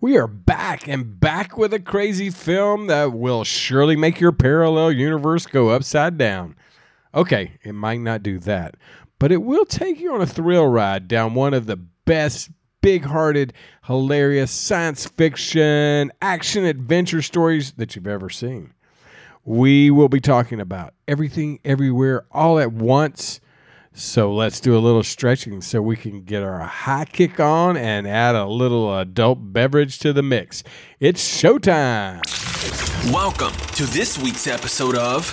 We are back and back with a crazy film that will surely make your parallel universe go upside down. Okay, it might not do that, but it will take you on a thrill ride down one of the best, big hearted, hilarious science fiction, action adventure stories that you've ever seen. We will be talking about everything, everywhere, all at once. So let's do a little stretching so we can get our high kick on and add a little adult beverage to the mix. It's showtime. Welcome to this week's episode of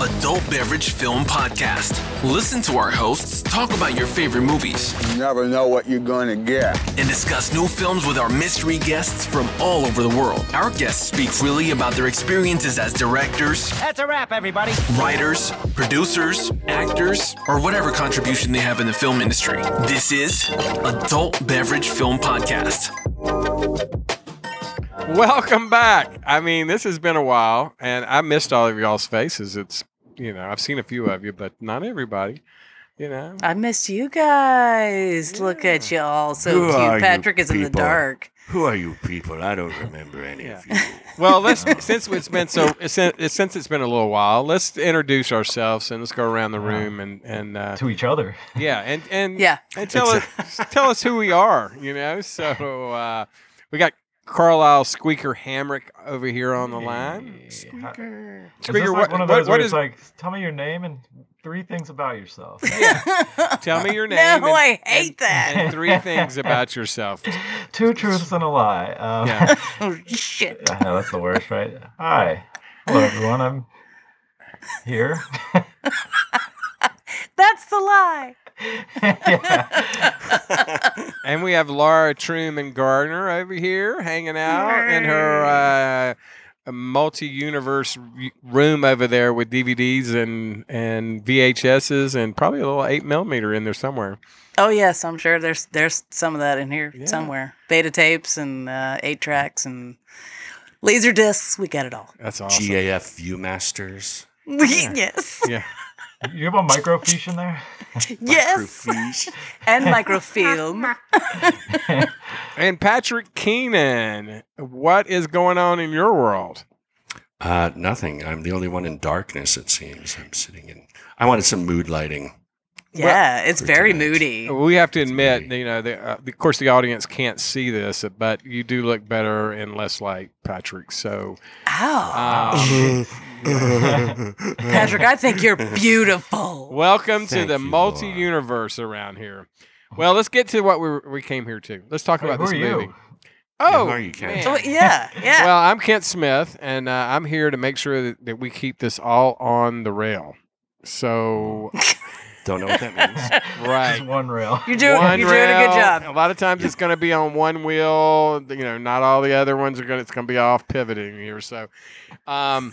Adult Beverage Film Podcast. Listen to our hosts talk about your favorite movies never know what you're gonna get. and discuss new films with our mystery guests from all over the world. Our guests speak freely about their experiences as directors, That's a wrap, everybody. writers, producers, actors, or whatever contribution they have in the film industry. This is Adult Beverage Film Podcast. Welcome back. I mean, this has been a while, and I missed all of y'all's faces. It's, you know, I've seen a few of you, but not everybody. You know, I missed you guys. Look at you all so Who are cute. you Patrick is in the people? dark. Who are you people? I don't remember any of you. well, let's since it's been so since since it's been a little while, let's introduce ourselves and let's go around the room and and uh, to each other. Yeah, and and Yeah. and tell us tell us who we are. You know, so uh, we got Carlisle Squeaker Hamrick over here on the line. Is Squeaker, this like what, one of what- those what where is- it's like, tell me your name and three things about yourself? Tell me your No, name. and- I hate that. And three things about yourself. Two truths and a lie. Um, Yeah. Oh shit. I know that's the worst, right? Hi. Hello, everyone. I'm here. That's the lie. yeah. And we have Laura Truman Gardner over here hanging out in her uh, multi-universe y- room over there with DVDs and and VHSs and probably a little eight millimeter in there somewhere. Oh yes, I'm sure there's there's some of that in here Yeah. somewhere. Beta tapes and uh, eight tracks and laser discs. We got it all. That's awesome. GAF Viewmasters. yes. Yeah. You have a microfiche in there? Yes. Proofread. And microfilm. And Patrick Keenan, what is going on in your world? Uh, nothing. I'm the only one in darkness, it seems. I'm sitting in. I wanted some mood lighting. Yeah, it's for very tonight. moody. We have to admit, me. you know, the, uh, of course, the audience can't see this, but you do look better and less like Patrick. So, Ow. Uh, Ah. um, Patrick, I think you're beautiful. welcome to Thank the you, multi universe around here. Well, let's get to what we, we came here to. Let's talk Hey, about who this are movie. you? Oh, who are you, Ken? man. Oh, yeah, yeah. Well, I'm Kent Smith, and uh, I'm here to make sure that, that we keep this all on the rail. So, Oh. Don't know what that means. right. Just one rail. you're doing one you're doing a rail. good job. A lot of times it's going to be on one wheel. You know, not all the other ones are going. to It's going to be off pivoting here. So, um,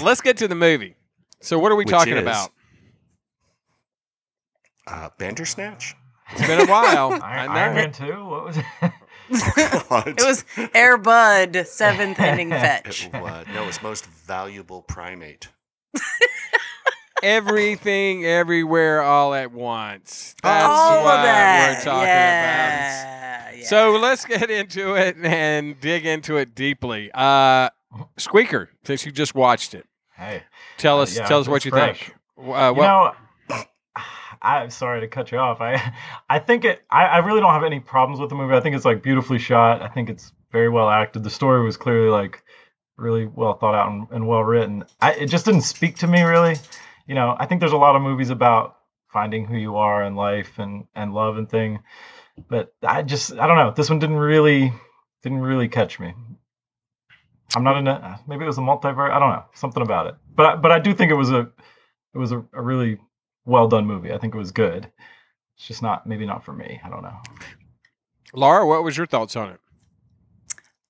let's get to the movie. So, what are we Which talking is- about? Uh, Bandersnatch? It's been a while. I Iron, know. Iron Man 2? What was it? It was Air Bud seventh inning fetch. It was- no, it's most valuable primate. Everything, everywhere, all at once. That's All what of that. we're talking about. yeah, yeah. So let's get into it and dig into it deeply. Uh, Squeaker, since you just watched it, Hey. tell Uh, us yeah, tell us it's what you fresh. think. Uh, you know, I'm sorry to cut you off. I, I think it. I, I really don't have any problems with the movie. I think it's like beautifully shot. I think it's very well acted. The story was clearly like really well thought out and, and well written. I, it just didn't speak to me really. You know, I think there's a lot of movies about finding who you are in life and and love and thing, but I just I don't know. This one didn't really didn't really catch me. I'm not in a maybe it was a multiverse. I don't know something about it, but I, but I do think it was a it was a, a really well done movie. I think it was good. It's just not maybe not for me. I don't know. Laura, what was your thoughts on it?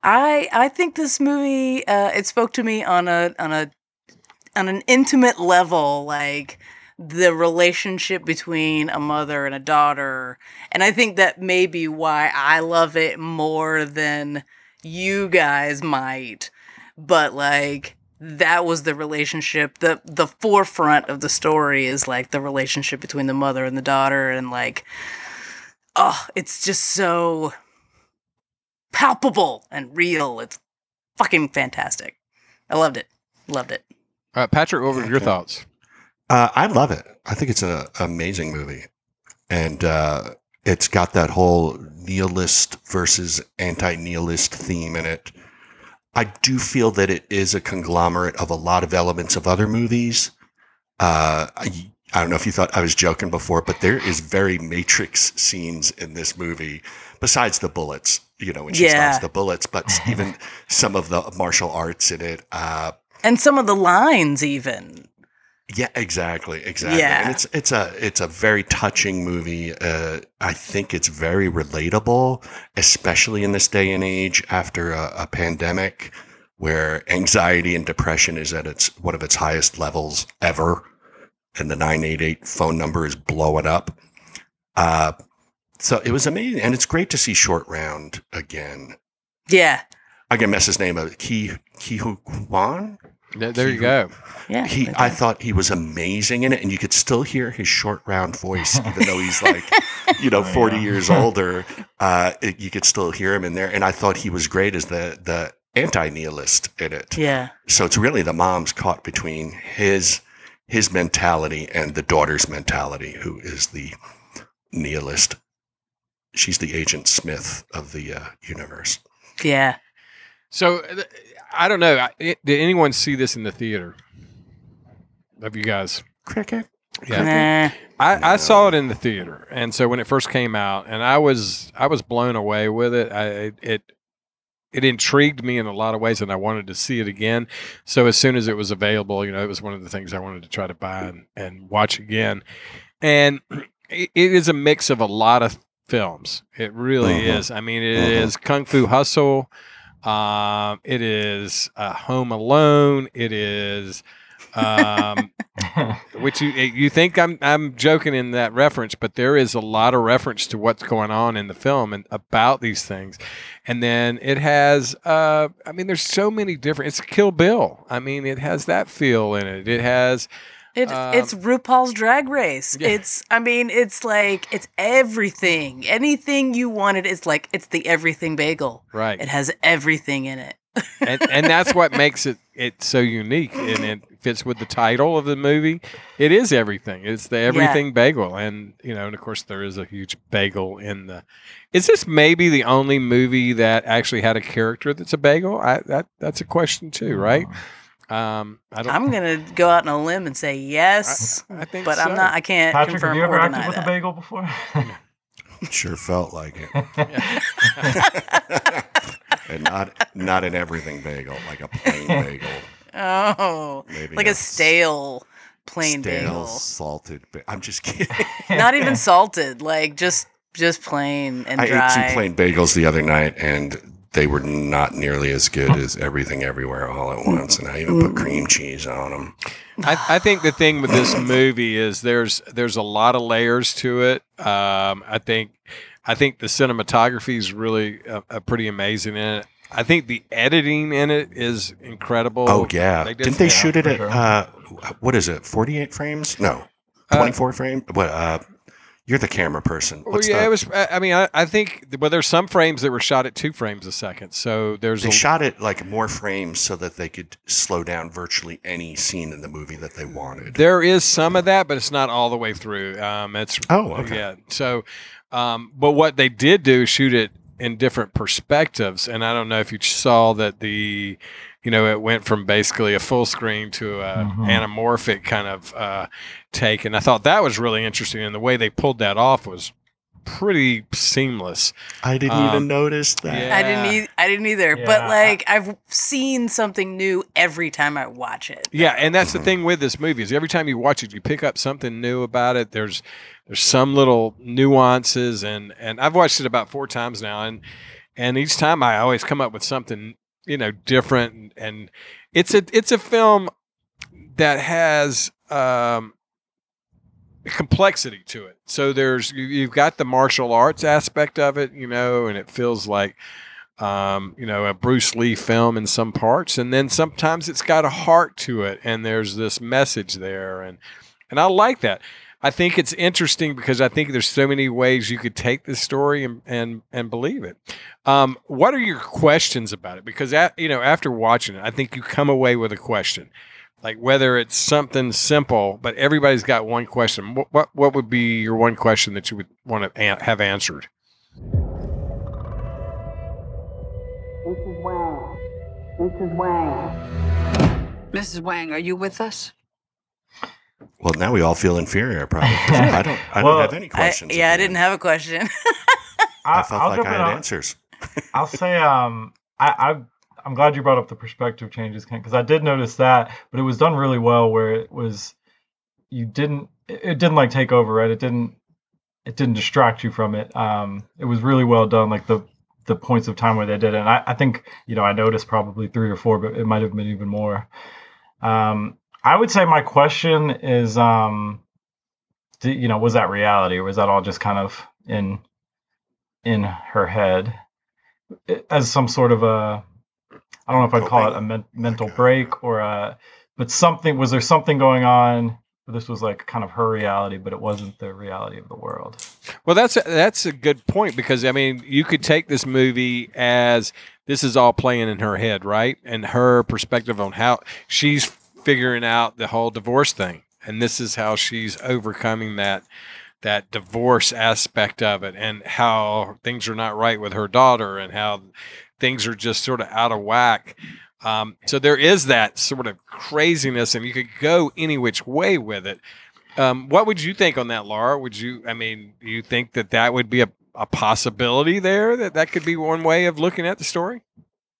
I I think this movie uh, it spoke to me on a on a on an intimate level, like the relationship between a mother and a daughter, and I think that may be why I love it more than you guys might. But like that was the relationship the the forefront of the story is like the relationship between the mother and the daughter and like oh it's just so palpable and real. It's fucking fantastic. I loved it. Loved it. Uh, Patrick, what were your Okay. thoughts? Uh, I love it. I think it's an amazing movie, and uh, it's got that whole nihilist versus anti-nihilist theme in it. I do feel that it is a conglomerate of a lot of elements of other movies. Uh, I, I don't know if you thought I was joking before, but there is very Matrix scenes in this movie. Besides the bullets, you know, when she Yeah. stops the bullets, but even some of the martial arts in it. Uh, And some of the lines, even. yeah, exactly, exactly. Yeah. And it's it's a it's a very touching movie. Uh, I think it's very relatable, especially in this day and age after a, a pandemic where anxiety and depression is at its one of its highest levels ever, and the nine eight eight phone number is blowing up. Uh, so it was amazing, and it's great to see Short Round again. Yeah. I can mess his name up. Ki Kihu Kwan. Th- There you Cute. go. Yeah. He, I thought he was amazing in it, and you could still hear his short round voice, even though he's like, you know, Oh, yeah. forty years older. Uh, it, you could still hear him in there, and I thought he was great as the the anti nihilist in it. yeah. So it's really the mom's caught between his his mentality and the daughter's mentality, who is the nihilist. She's the Agent Smith of the uh, universe. Yeah. So th- I don't know. I, it, did anyone see this in the theater? Of you guys, Cricket. Nah. I, I No. saw it in the theater, and so when it first came out, and I was I was blown away with it. I it- it it intrigued me in a lot of ways, and I wanted to see it again. So as soon as it was available, you know, it was one of the things I wanted to try to buy and, and watch again. And it, it is a mix of a lot of films. It really Mhm. is. I mean, it is Mhm. Kung Fu Hustle. Um, it is uh, Home Alone. It is. Um, which you you think I'm I'm joking in that reference, but there is a lot of reference to what's going on in the film and about these things, and then it has uh I mean there's so many different. It's Kill Bill. I mean it has that feel in it. It has It, Um, it's RuPaul's Drag Race. Yeah. It's, I mean, it's like, it's everything. Anything you wanted, it's like, it's the everything bagel. right, It has everything in it. and and that's what makes it it so unique, and it fits with the title of the movie. It is everything. It's the everything bagel, and you know, and of course there is a huge bagel in the. Is this maybe the only movie that actually had a character that's a bagel? I that that's a question too, right? Um, I don't. Mm-hmm. I'm going to go out on a limb and say yes, I think, but so. I'm not, I can't Patrick, have confirm you ever or acted deny with a that. bagel before? Sure felt like it. Yeah. and not not an everything bagel, like a plain bagel, Oh, maybe like a stale plain stale bagel. salted. Ba- I'm just kidding. Not even salted, like just just plain and I ate dry. two plain bagels the other night, and they were not nearly as good as everything everywhere all at once. And I even put cream cheese on them. I, I think the thing with this movie is there's there's a lot of layers to it. Um, I think I think the cinematography is really uh, uh, pretty amazing in it. I think the editing in it is incredible. Oh yeah, they did didn't they that shoot it for at sure. uh, what is it? Forty-eight frames? No, Uh, twenty-four frame. What? Uh, you're the camera person. Well, What's yeah, the- it was. I I mean, I, I think well, there's some frames that were shot at two frames a second. So there's They a, shot it like more frames so that they could slow down virtually any scene in the movie that they wanted. there is some of that, but it's not all the way through. Um, it's oh, okay. Yeah. So, um, but what they did do is shoot it in different perspectives, and I don't know if you saw that the, you know, it went from basically a full screen to a Mm-hmm. Mhm. anamorphic kind of uh, take, and I thought that was really interesting, and the way they pulled that off was pretty seamless. I didn't Um, even notice that. I didn't. Yeah. E- I didn't either. Yeah. But like, I've seen something new every time I watch it. Yeah, and that's the Mhm. thing with this movie is every time you watch it, you pick up something new about it. There's there's some little nuances, and and I've watched it about four times now, and and each time I always come up with something you know different, and, and it's a it's a film that has um, complexity to it. So there's you, you've got the martial arts aspect of it, you know, and it feels like um, you know, a Bruce Lee film in some parts, and then sometimes it's got a heart to it, and there's this message there, and and I like that. I think it's interesting because I think there's so many ways you could take this story and and and believe it. Um, what are your questions about it? Because a you know, after watching it, I think you come away with a question, like whether it's something simple, but everybody's got one question. What what, what would be your one question that you would want to an- have answered? Mrs. Wang. Mrs. Wang. Mrs. Wang, are you with us? Well, now we all feel inferior, probably. 'cause I don't. I Well, don't have any I- questions. yeah, at I the didn't end. have a question. I felt I'll like jump I in had on- answers. I'll say um I, I I'm glad you brought up the perspective changes because I did notice that, but it was done really well where it was you didn't it it didn't like take over right it didn't it didn't distract you from it um it was really well done like the the points of time where they did it and I, I think you know I noticed probably three or four but it might have been even more um I would say my question is um do, you know was that reality or was that all just kind of in in her head as some sort of a I don't know if I'd call it a men- mental Like a- break or a but something was there something going on this was like kind of her reality but it wasn't the reality of the world Well, that's a, that's a good point because I mean, you could take this movie as this is all playing in her head, right? And her perspective on how she's figuring out the whole divorce thing, and this is how she's overcoming that that divorce aspect of it, and how things are not right with her daughter, and how things are just sort of out of whack. Um, so there is that sort of craziness, and you could go any which way with it. Um, what would you think on that, Laura? Would you, I mean, you think that that would be a, a possibility there that that could be one way of looking at the story?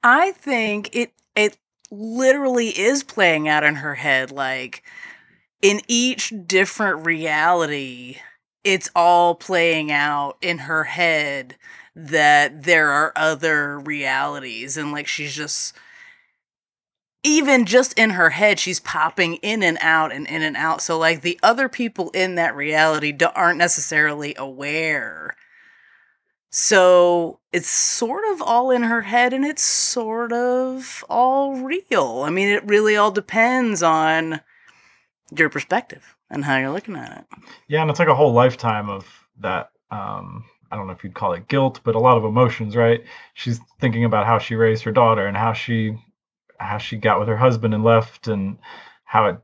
I think it it literally is playing out in her head like in each different reality it's all playing out in her head that there are other realities and like she's just even just in her head she's popping in and out and in and out so like the other people in that reality do- aren't necessarily aware so it's sort of all in her head and it's sort of all real. I mean, it really all depends on your perspective and how you're looking at it. yeah and it's like a whole lifetime of that um i don't know if you'd call it guilt but a lot of emotions right she's thinking about how she raised her daughter and how she how she got with her husband and left and how it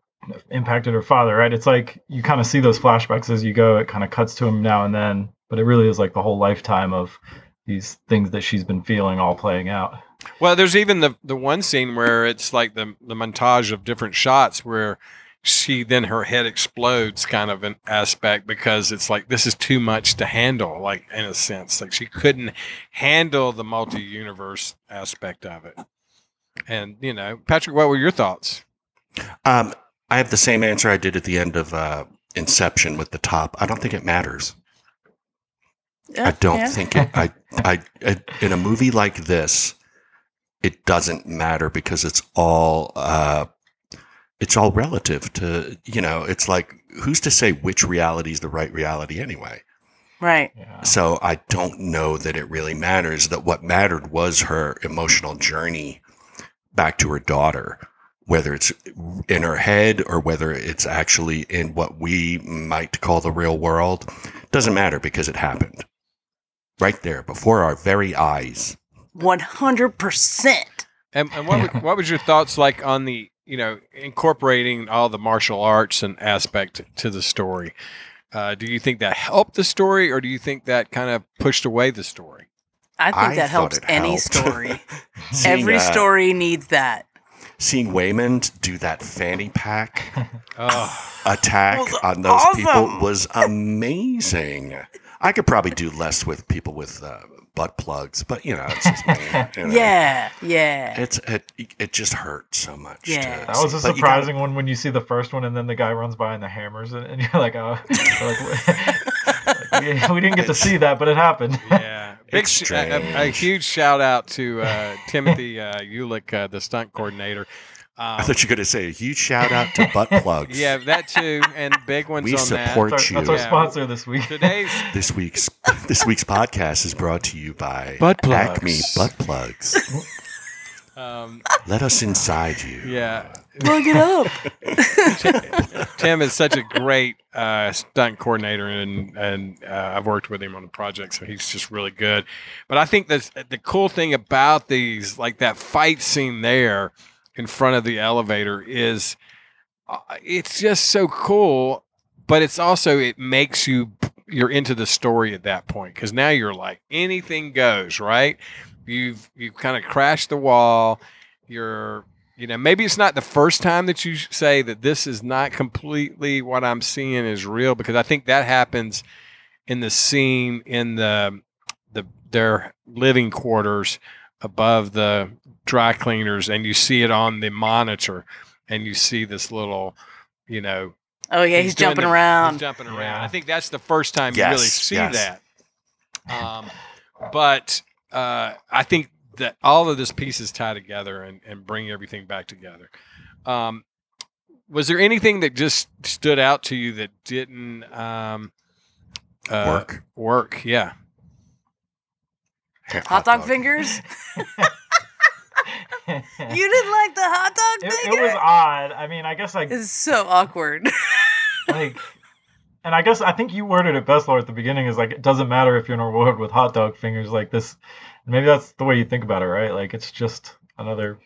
impacted her father right it's like you kind of see those flashbacks as you go it kind of cuts to him now and then but it really is like the whole lifetime of these things that she's been feeling all playing out Well, there's even the, the one scene where it's like the, the montage of different shots where she then her head explodes kind of an aspect because it's like this is too much to handle like in a sense like she couldn't handle the multi-universe aspect of it and you know patrick what were your thoughts Um, I have the same answer I did at the end of uh, Inception with the top. I don't think it matters. I don't Yeah. think it. I, I, I, in a movie like this, it doesn't matter because it's all, uh, it's all relative to you know. It's like who's to say which reality is the right reality anyway. Right. yeah So I don't know that it really matters. That what mattered was her emotional journey back to her daughter, whether it's in her head or whether it's actually in what we might call the real world. Doesn't matter because it happened right there before our very eyes. 100%. And, and what would, what was your thoughts like on the you know incorporating all the martial arts and aspect to the story? Uh, do you think that helped the story, or do you think that kind of pushed away the story? I think I that thought helps it any helped. story. Seeing, Every uh, story needs that. Seeing Waymond do that fanny pack Oh, attack Was on those people awesome. was amazing. I could probably do less with people with uh, butt plugs, but you know, it's just me, you know. Yeah. Yeah. It's it, it just hurt so much. Yeah. to That was see. a But you gotta- surprising one when you see the first one and then the guy runs by and the hammers it, and you're like, oh, like, we, we didn't get to see that, but it happened. yeah, big It's sh- a, a- a strange. huge shout out to uh, Timothy uh, Ulick, uh, the stunt coordinator. Um, I thought you were going to say a huge shout out to butt plugs. yeah, that too, and big ones. We on support- That's our, that's our Yeah. sponsor this week. that. today's This week's this week's podcast is brought to you by Butt Acme plugs. Butt Plugs. Um, Let us inside you. yeah. Plug it up. Tim is such a great uh, stunt coordinator, and and uh, I've worked with him on a project, so he's just really good. But I think that's the cool thing about these, like that fight scene there in front of the elevator, is uh, it's just so cool. But it's also it makes you you're into the story at that point because now you're like anything goes, right? You've you've kind of crashed the wall. You're you know maybe it's not the first time that you say that this is not completely what i'm seeing is real because i think that happens in the scene in the the their living quarters above the dry cleaners and you see it on the monitor and you see this little you know Oh yeah, he's, doing jumping the- around. he's jumping around Yeah. i think that's the first time you Yes, really see yes. that um, but uh, I think that all of this pieces tie together and, and bring everything back together. Um, was there anything that just stood out to you that didn't um, uh, Work. Work, yeah. hot dog fingers? it, You didn't like the hot dog it finger? was odd. I mean, I guess I It's so awkward. like and i guess i think you worded it best laura at the beginning is like it doesn't matter if you're in a world with hot dog fingers like this maybe that's the way you think about it right like it's just another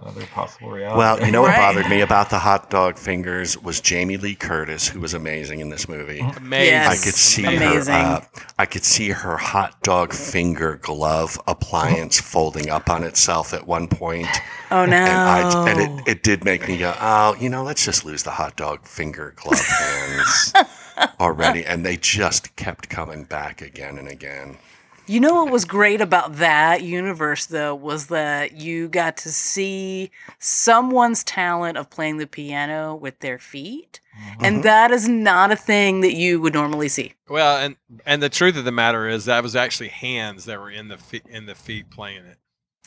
another possible reality Well, you know what Right. bothered me about the hot dog fingers was Jamie Lee Curtis, who was amazing in this movie. Amazing. I Yes. could see Amazing. her. Uh, I could see her hot dog finger glove appliance folding up on itself at one point, Oh no. and, I, and it, it did make me go, "Oh, you know, let's just lose the hot dog finger glove hands already." And they just kept coming back again and again. You know what was great about that universe, though, was that you got to see someone's talent of playing the piano with their feet. Mm-hmm. And that is not a thing that you would normally see. Well, and and the truth of the matter is that was actually hands that were in the fe- in the feet playing it.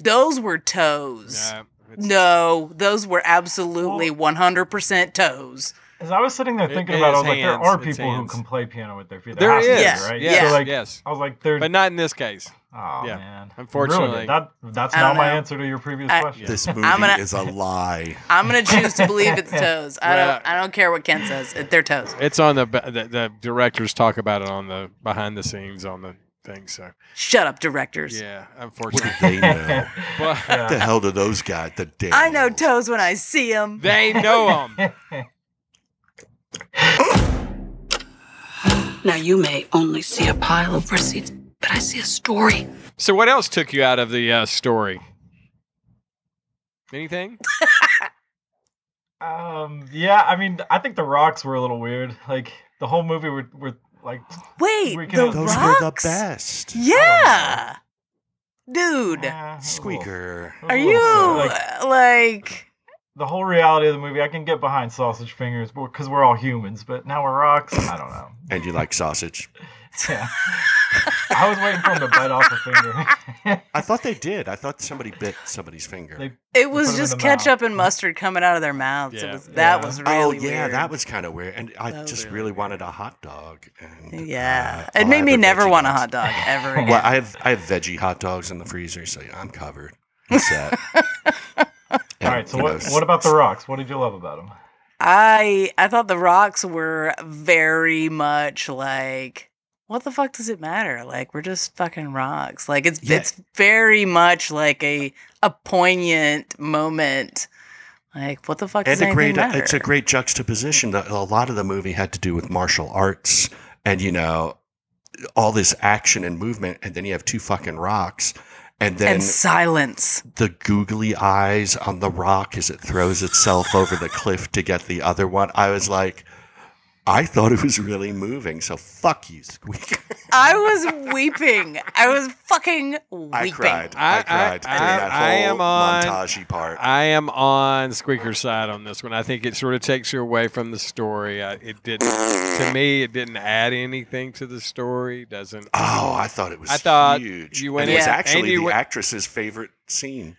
Those were toes. Yeah, it's- No, those were absolutely 100% toes. as i was sitting there It thinking about it i is was like there hands, are it's people who hands. can play piano with their feet there has is to be, Yes, right yes, so like yes, i was like there's but not in this case. oh yeah. man Unfortunately. Ruined it. that that's I not don't my know. answer to your previous I- question This movie gonna- is a lie. I'm going to choose to believe it's toes. I Well- don't I don't care what Ken says. It- They're toes. It's on the, ba- the the directors talk about it on the behind the scenes on the thing. So Shut up, directors. yeah, What do unfortunately, they know? but What the hell do those guys? The damn. I know toes when I see them. they know them. Now, you may only see a pile of receipts, but I see a story. So, what else took you out of the uh, story? Anything? um yeah i mean i think the rocks were a little weird like the whole movie were, were like Wait, We the can- Those rocks? were the best. Yeah. Dude, eh, it was a little- Squeaker. it was a are little- you like, uh, like the whole reality of the movie, I can get behind sausage fingers because we're all humans, but now we're rocks. I don't know. And you like sausage? Yeah. I was waiting for him to bite off a finger. I thought they did. I thought somebody bit somebody's finger. They- it was put 'em in just the mouth. ketchup and mustard coming out of their mouths. Yeah. It was that Yeah. was oh really yeah, weird. that was kind of weird. And I That was just really really wanted a hot dog. And, yeah. uh, it all I made me have are never veggie want a dogs. hot dog ever again. Well, I have I have veggie hot dogs in the freezer, so yeah, I'm covered. That's that. all right. So what? What about the rocks? What did you love about them? I I thought the rocks were very much like what the fuck does it matter? Like we're just fucking rocks. Like it's Yeah. it's very much like a a poignant moment. Like what the fuck does and a anything great uh, matter? it's a great juxtaposition that a lot of the movie had to do with martial arts and you know all this action and movement and then you have two fucking rocks and then and silence. the googly eyes on the rock as it throws itself over the cliff to get the other one i was like i thought it was really moving so fuck you squeak I was weeping. I was fucking weeping. i cried I- i, I- cried during I- that whole I am on- montagey part I am on Squeaker's side on this one. I think it sort of takes you away from the story. I, it did to me. It didn't add anything to the story. Doesn't. Oh, I thought it was I thought huge. you went and it was in- actually and you the went- actress's favorite scene.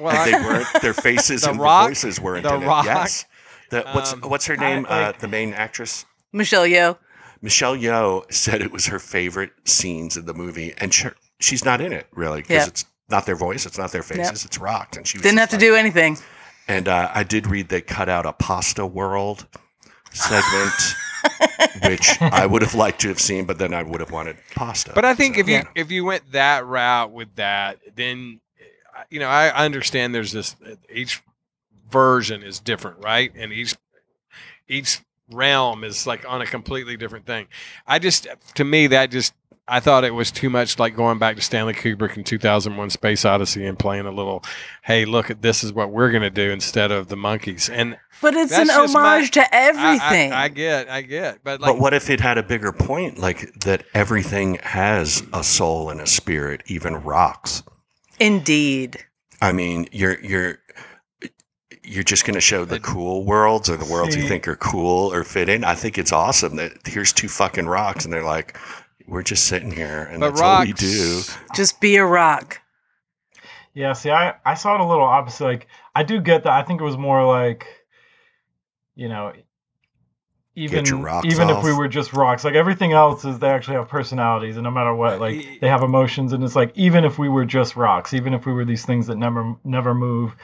Well, And I- they weren't their faces The and Rock- the voices weren't The in Rock, it. Yes. The, what's um, what's her name? I- uh, the main actress Michelle Yeoh. Michelle Yeoh said it was her favorite scenes in the movie, and she, she's not in it really because Yeah. it's not their voice, it's not their faces, it's rocked. And she was Didn't have just to like- do anything. And uh, I did read they cut out a pasta world segment, which I would have liked to have seen, but then I would have wanted pasta. But I think So, if you yeah. if you went that route with that, then uh, you know I, I understand there's this uh, each version is different, right? And each each realm is like on a completely different thing. I just uh, to me that just I thought it was too much like going back to Stanley Kubrick in 2001 Space Odyssey and playing a little hey, look at this is what we're going to do instead of the monkeys. And But it's That's an just my- homage to I- everything. I, I get, I get. But like but what if it had a bigger point, like that everything has a soul and a spirit, even rocks? Indeed. I mean, you're you're you're just going to show the cool worlds or the worlds you See. think are cool or fit in. I think it's awesome that here's two fucking rocks, and they're like, we're just sitting here, and but that's all we do. rocks Just be a rock. Yeah, see, I, I saw it a little opposite. Like, I do get that. I think it was more like, you know, even your rocks even if we off. were just rocks, like everything else is they actually have personalities, and no matter what, y- e, like they have emotions, and it's like even if we were just rocks, even if we were these things that never never move,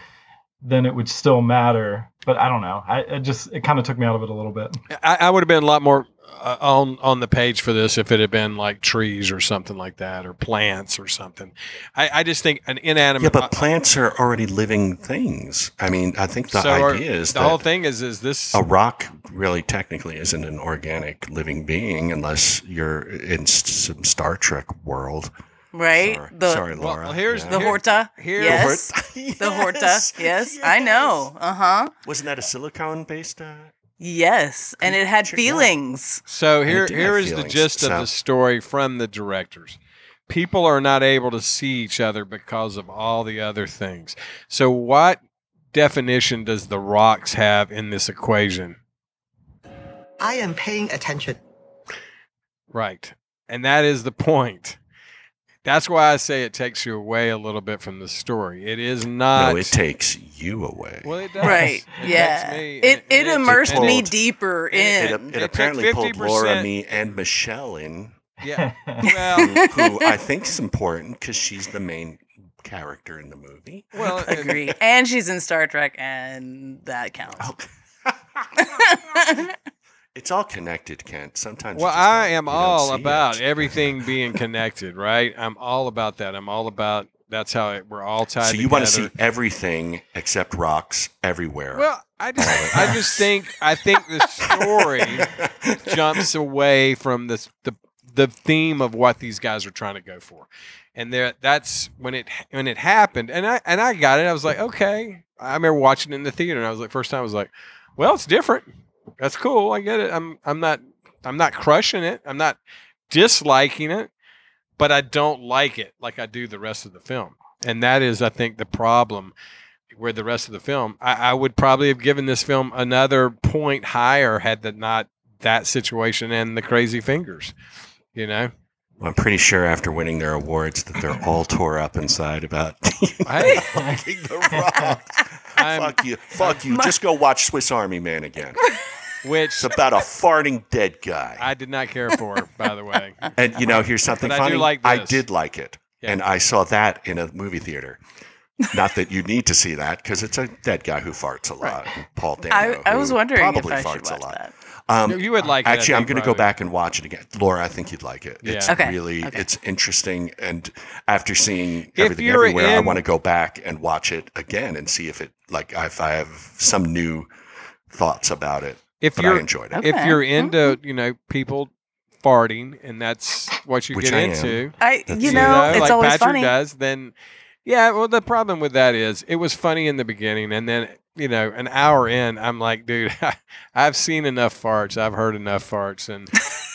then it would still matter. But I don't know. I it just it kind of took me out of it a little bit. I, I would have been a lot more uh, on on the page for this if it had been like trees or something like that, or plants or something. I, I just think an Yeah, inanimate. but plants are already living things. I mean, I think the so our- idea is the that Oh, whole thing is is this a rock really technically isn't an organic living being unless you're in s- some Star Trek world. Right? Sorry, the Sorry, Well, Laura. here's the horta. here- The yes. The horta. Yes, Yes. I know. Uh-huh. Wasn't that a silicone based? Uh, Yes. And it had Creature, yeah. feelings. So here, do have here is the feelings, gist of so- the story from the directors. People are not able to see each other because of all the other things. So what definition does the rocks have in this equation? I am paying attention. Right. And that is the point. That's why I say it takes you away a little bit from the story. It is not. no, it takes you away. well, it does. Right. It yeah. takes me, and it, it and immersed and me it- deeper it- it, in. it took apparently pulled Laura, 50%. me, and Michelle in, Yeah. Well, who I think is important because she's the main character in the movie. well it- Agree. and she's in Star Trek and that counts. Oh. Oh. It's all connected, Kent. Sometimes. you Well, just don't- I am you don't all see it. about everything being connected, right? I'm all about that. I'm all about that's how it, we're all tied. So you want to see together. everything except rocks everywhere. Well, I just, I just think, I think the story jumps away from the the the theme of what these guys are trying to go for, and there that's when it when it happened, and I and I got it. I was like, okay. I remember watching it in the theater, and I was like, first time, I was like, well, it's different. That's cool. I get it. I'm I'm not I'm not crushing it. I'm not disliking it, but I don't like it like I do the rest of the film, and that is, I think, the problem. Where the rest of the film, I, I would probably have given this film another point higher had that not that situation and the crazy fingers. You know, Well, I'm pretty sure after winning their awards that they're all tore up inside about Hey. liking the rocks. I'm- Fuck you. Fuck you. Just go watch Swiss Army Man again. which It's about a farting dead guy. I did not care for, by the way. And you know, here's something But I do funny. like I this. did like it, Yeah. and I saw that in a movie theater. Not that you need to see that because it's a dead guy who farts a lot. and Paul Dano. I, I was who wondering if probably I should farts watch a lot. that. Um, You- you would like it, I Actually, I'm think, going to go probably. back and watch it again. Laura, I think you'd like it. It's Yeah. Okay. really, Okay. it's interesting. And after seeing If everything you're everywhere, I in- want to go back and watch it again and see if it, like, if I have some new thoughts about it. If But I you're enjoyed it, Okay. Mm-hmm. if you're into you know people farting and that's what you Which get I am. into, I, That's- you You know, know, it's like always Patrick funny. does, then yeah. Well, the problem with that is it was funny in the beginning, and then you know an hour in, I'm like, dude, I've seen enough farts, I've heard enough farts, and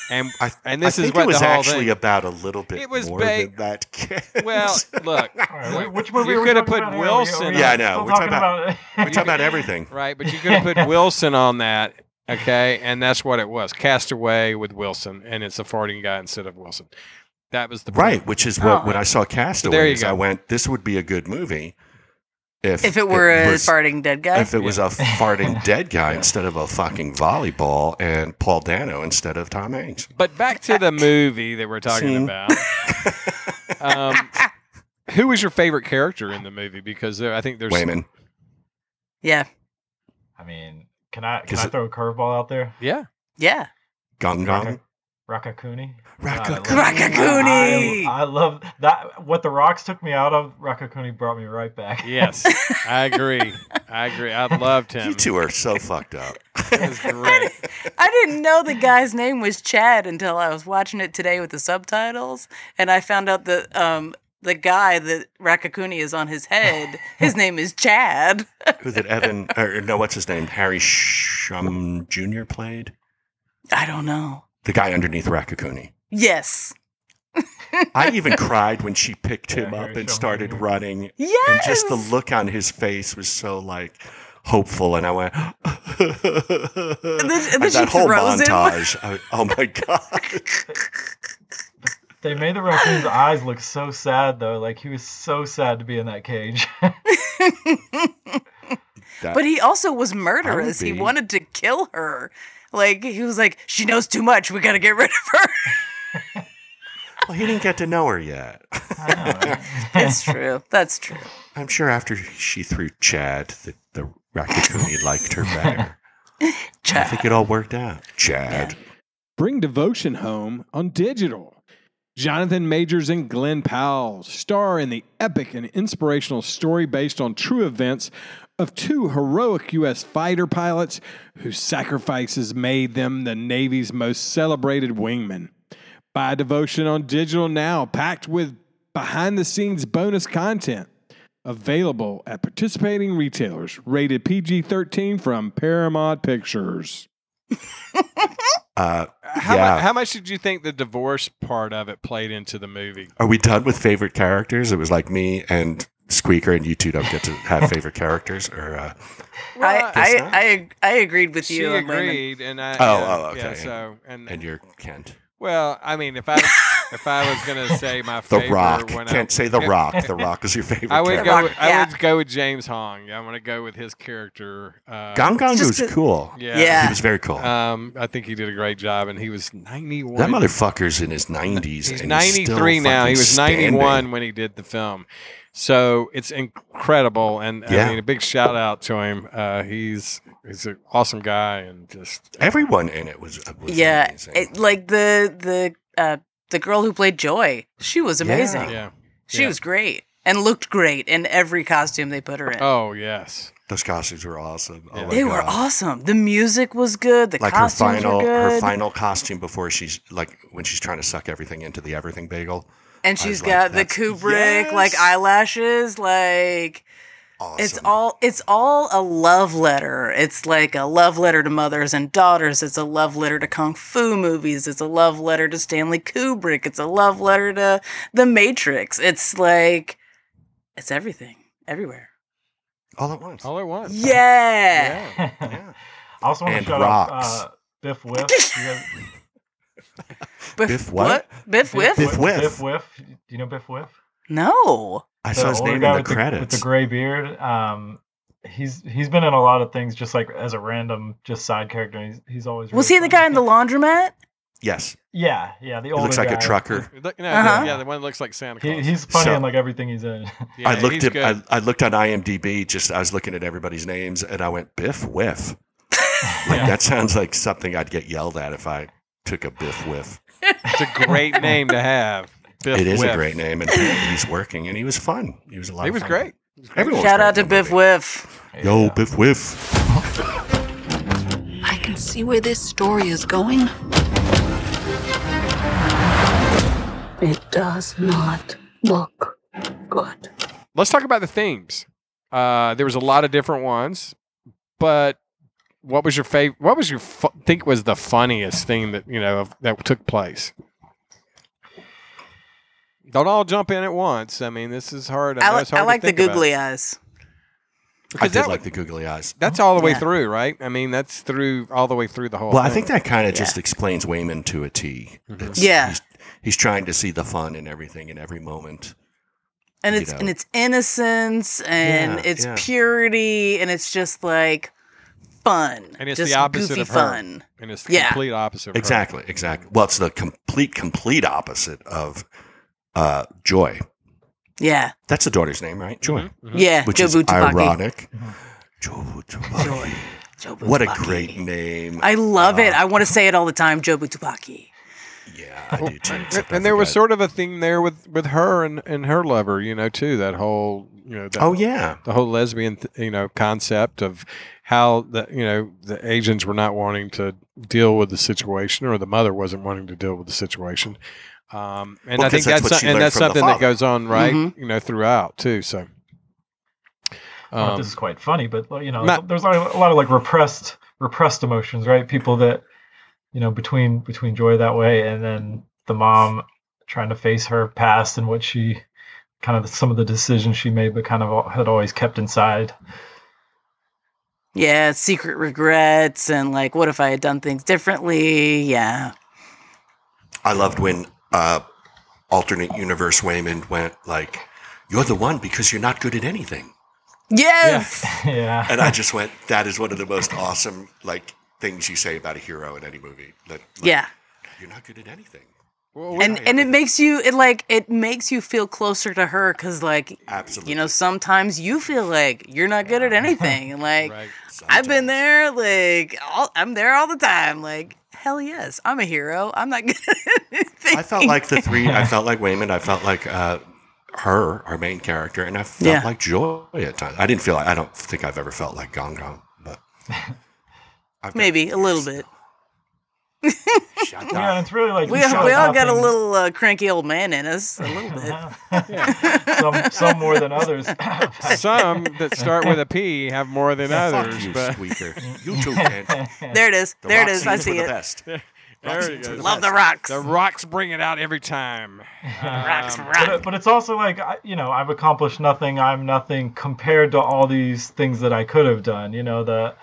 and I- and this I is think what it was the whole actually thing. about a little bit It was more ba- than that. Kid. well, look, All right, wh- which You movie are we coulda talking put about here? Wilson Are we, are we on- Yeah, I still know. We're talking about- about we talk about everything. Right, but you could have put Wilson on that, okay? And that's what it was. Castaway with Wilson, and it's a farting guy instead of Wilson. That was the point. Right, which is what Oh. when I saw There you Castaways, go. I went, "This would be a good movie if If it were a was- farting dead guy. if it was a farting dead guy instead of a fucking volleyball, and Paul Dano instead of Tom Hanks." But back to the movie that we're talking Scene. about. Um, Who is your favorite character in the movie? Because there, I think there's Wayman. Yeah. I mean, can I can Is I it- throw a curveball out there? Yeah. Yeah. Gum Gum. Rakakuni. Rakakuni. Rakakuni! I, I love that. What the rocks took me out of, Rakakuni brought me right back. Yes. I agree. I agree. I loved him. You two are so fucked up. It was great. I didn't know the guy's name was Chad until I was watching it today with the subtitles, and I found out that um, the guy that Rakakuni is on his head, his name is Chad. Who that Evan, or no, what's his name? Harry Shum Jr. played? I don't know. The guy underneath Rakakuni. Yes. I even cried when she picked him Yeah, up Harry and Shum started Jr.. running. Yes. And just the look on his face was so like hopeful. And I went, then- and then And that she whole throws him. montage. I went, oh my God. They made the raccoon's eyes look so sad though. Like he was so sad to be in that cage. That- But he also was murderous. He be. wanted to kill her. Like he was like, she knows too much. We gotta get rid of her. well, he didn't get to know her yet. I know, right? That's true. That's true. I'm sure after she threw Chad, the, the Rakakuni liked her better. I Chad. think it all worked out. Chad. Bring Devotion Home on digital. Jonathan Majors and Glenn Powell star in the epic and inspirational story based on true events of two heroic U.S. fighter pilots whose sacrifices made them the Navy's most celebrated wingmen. Buy Devotion on digital now, packed with behind the scenes bonus content. Available at participating retailers, rated PG 13 from Paramount Pictures. Uh, How, Yeah. mu- how much did you think the divorce part of it played into the movie? are we done with favorite characters? It was like me and Squeaker, and you two don't get to have favorite characters. Or uh, I, Guess I, not. I I agreed with she you. on Raymond. agreed, and I. Oh, yeah, oh, okay. Yeah, so and, and you're Kent, well, I mean, if I if I was gonna say my The favorite Rock. when Can't I, say The Rock. The Rock is your favorite. I would character. go. The With, Rock, I yeah. would go with James Hong. I'm gonna go with his character. Uh, Gong Gong Just was 'cause- cool. Yeah. He was very cool. Um, I think he did a great job, and he was 91. that motherfucker's in his 90s. He's and he's 93 still now. He fucking was standing. 91 when he did the film. So it's incredible. And I Yeah. mean, a big shout out to him. Uh, he's he's an awesome guy and just. Everyone in it was, was yeah, amazing. it, like the the uh, the girl who played Joy, she was Oh. amazing. Yeah. She yeah. was great and looked great in every costume they put her in. Oh, yes. Those costumes were awesome. Oh Yeah. my they were God. awesome. The music was good. The like her costumes final were good. her final costume before she's like when she's trying to suck everything into the everything bagel. and I she's was like, got the that's- Kubrick like Yes! eyelashes. Like Awesome. it's all it's all a love letter. It's like a love letter to mothers and daughters. It's a love letter to kung fu movies. It's a love letter to Stanley Kubrick. It's a love letter to The Matrix. It's like it's everything everywhere. all at once. All at once. Yeah. Oh, Yeah. Yeah. I also want And to shout rocks. out uh, Biff Whiff. You guys- Biff, Biff what? Biff Whiff? Biff Whiff. Biff Whiff. Do you know Biff Whiff? No. I The saw his older name guy in the with with credits. the gray beard. Um, he's he's been in a lot of things, just like as a random, just side character. And he's he's always. Was really he the funny. guy in the laundromat? yes, Yeah, yeah. The he older looks like guy. a trucker. Look- no, Uh-huh. Yeah, the one that looks like Santa Claus. He, he's funny So- in like everything he's in. Yeah, I looked he's at good. I, I looked on IMDb. Just I was looking at everybody's names, and I went Biff Whiff. like Yeah. that sounds like something I'd get yelled at if I took a Biff Whiff. it's a great name to have. Biff it is Whiff. a great name, and he's working, and he was fun. He was a lot. He of was fun. great. Everyone was Shout great out to in that Biff movie. Whiff. Yo, Biff Whiff. I can see where this story is going. It does not look good. Let's talk about the themes. Uh, there was a lot of different ones, but what was your favorite? What was your fu- think was the funniest thing that you know of, that took place? Don't all jump in at once. I mean, this is hard. I, I, know li- it's hard I to like the think about. googly eyes. I Because did that like was- the googly eyes. That's all the way Yeah. through, right? I mean, that's through all the way through the whole. Well, I thing. think that kind of just explains Wayman to a T. Mm-hmm. It's- Yeah. he's, he's trying to see the fun in everything in every moment. and you it's know. and it's innocence and Yeah, it's yeah. purity and it's just like fun And it's just the opposite goofy of her. fun and it's the yeah. complete opposite. of her. Exactly, exactly. Well, it's the complete, complete opposite of uh, joy. Yeah. That's the daughter's name, right? Mm-hmm. Joy. Uh-huh. Yeah. Which is Jobu Tabaki. ironic. Jobu Tabaki. Jobu What a Tabaki. great Oh. name. I love it. I want to say it all the time. Jobu Tupaki. yeah, I do too. And, except I and there was forgot. sort of a theme there with, with her and, and her lover, you know, too. That whole, you know, that Oh, yeah. the whole lesbian th- you know concept of how the you know the Asians were not wanting to deal with the situation or the mother wasn't wanting to deal with the situation um, and Well, I think 'cause that's that's, what so- she and learned that's from the something that father. Mm-hmm. goes on right Mhm. you know throughout too so Not that um, this is quite funny, but like, you know, Matt- there's a lot, of, a lot of like repressed repressed emotions, right? People that you know between between joy that way, and then the mom trying to face her past and what she kind of some of the decisions she made, but kind of al- had always kept inside. Yeah, secret regrets and like, what if I had done things differently? Yeah. I loved when uh, alternate universe Waymond went like, "You're the one because you're not good at anything," Yes. yeah, and I just went, "That is one of the most awesome like things you say about a hero in any movie." That like, Yeah. you're not good at anything. And and it makes you it like it makes you feel closer to her cuz like Absolutely. you know sometimes you feel like you're not good at anything and like I've been Sometimes. there like all, I'm there all the time like hell yes, I'm a hero. I'm not good at anything. I felt like the three. I felt like Waymond. I felt like uh, her, our main character, and I felt Yeah. like Joy at times. I didn't feel. like I don't think I've ever felt like Gong Gong, but I've got maybe a little years. bit. Shut up. yeah, and it's really like We, you show we all about got a things- little uh, cranky old man in us a little bit. some some more than others. some that start with a P have more than Fuck others you, but squeaker. You too, Kent. There it is. The there it rock is. I scenes were see the it. Best. there you go. Love the rocks. the rocks bring it out every time rocks, Um, rocks. but, it- but it's also like I- you know i've accomplished nothing i'm nothing compared to all these things that i could have done you know the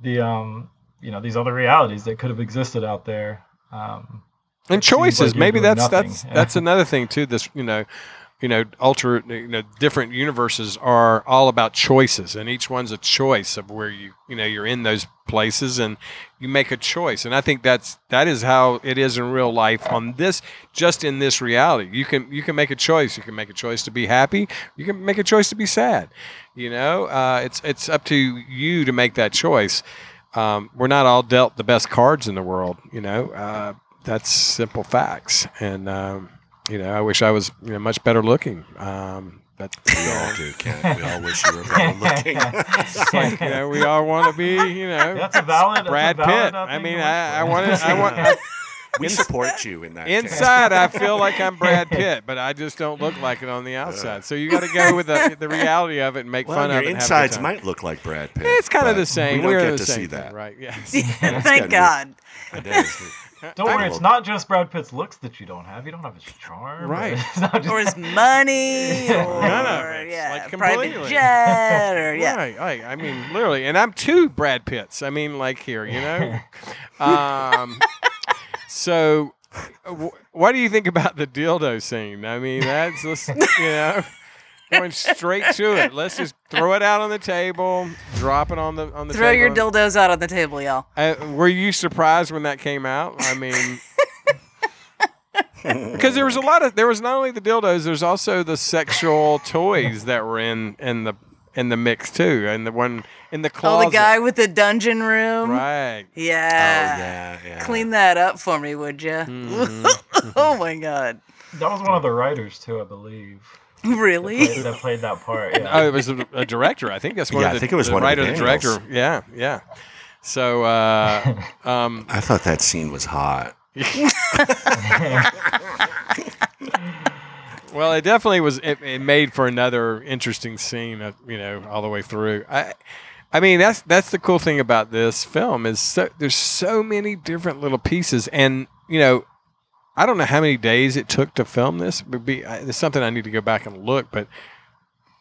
the um you know these other realities that could have existed out there um and seems like choices. you're Maybe doing that's nothing. that's that's another thing too. This you know, you know, alter you know, different universes are all about choices, and each one's a choice of where you you know you're in those places, and you make a choice. And I think that's that is how it is in real life. On this, just in this reality, you can you can make a choice. You can make a choice to be happy. You can make a choice to be sad. You know, uh, it's it's up to you to make that choice. Um, we're not all dealt the best cards in the world, you know. Uh, that's simple facts. And um, you know, I wish I was you know, much better looking. Um, but We all do, Kent. We all wish you were better looking. like, you know, we all want to be, you know, that's a valid that's a Brad valid, Pitt. uh, I thing mean, to I, I look want to. I want. I, we support you in that. Kent. inside, I feel like I'm Brad Pitt, but I just don't look like it on the outside. So you got to go with the, the reality of it and make Well, fun of your it. and have a good insides time. might look like Brad Pitt. It's kind but of the same. We don't are get the to same see thing, that. right? Yes. Thank God. That is- don't worry it's will- not just brad pitt's looks that you don't have you don't have his charm Right. it's not just, or his money, or None of it. It's yeah, like private completely. jet, or yeah. Right, right. I mean, literally, and I'm two Brad Pitts. I mean, like here, you know. um, so, w- what do you think about the dildo scene? I mean, that's let's, you know going straight to it. Let's just throw it out on the table, drop it on the on the Throw your table. dildos out on the table, y'all. Uh, were you surprised when that came out? I mean, because there was a lot of there was not only the dildos, there's also the sexual toys that were in in the in the mix too, and the one in the Oh, closet. the guy with the dungeon room. right? Oh, Yeah. yeah, yeah. Clean that up for me, would you? oh my God. that was one of the writers too i believe that Really? played, that, played that part yeah. Oh, it was a, a director. I think that's one. Yeah, of I the, think it was the one of the writer, the Daniels. director. Yeah, yeah. So, uh, um, I thought that scene was hot. well, it definitely was. It, it made for another interesting scene. Of, you know, all the way through. I, I mean, that's that's the cool thing about this film is so, there's so many different little pieces, and you know, I don't know how many days it took to film this. It Would be I- it's something I need to go back and look, but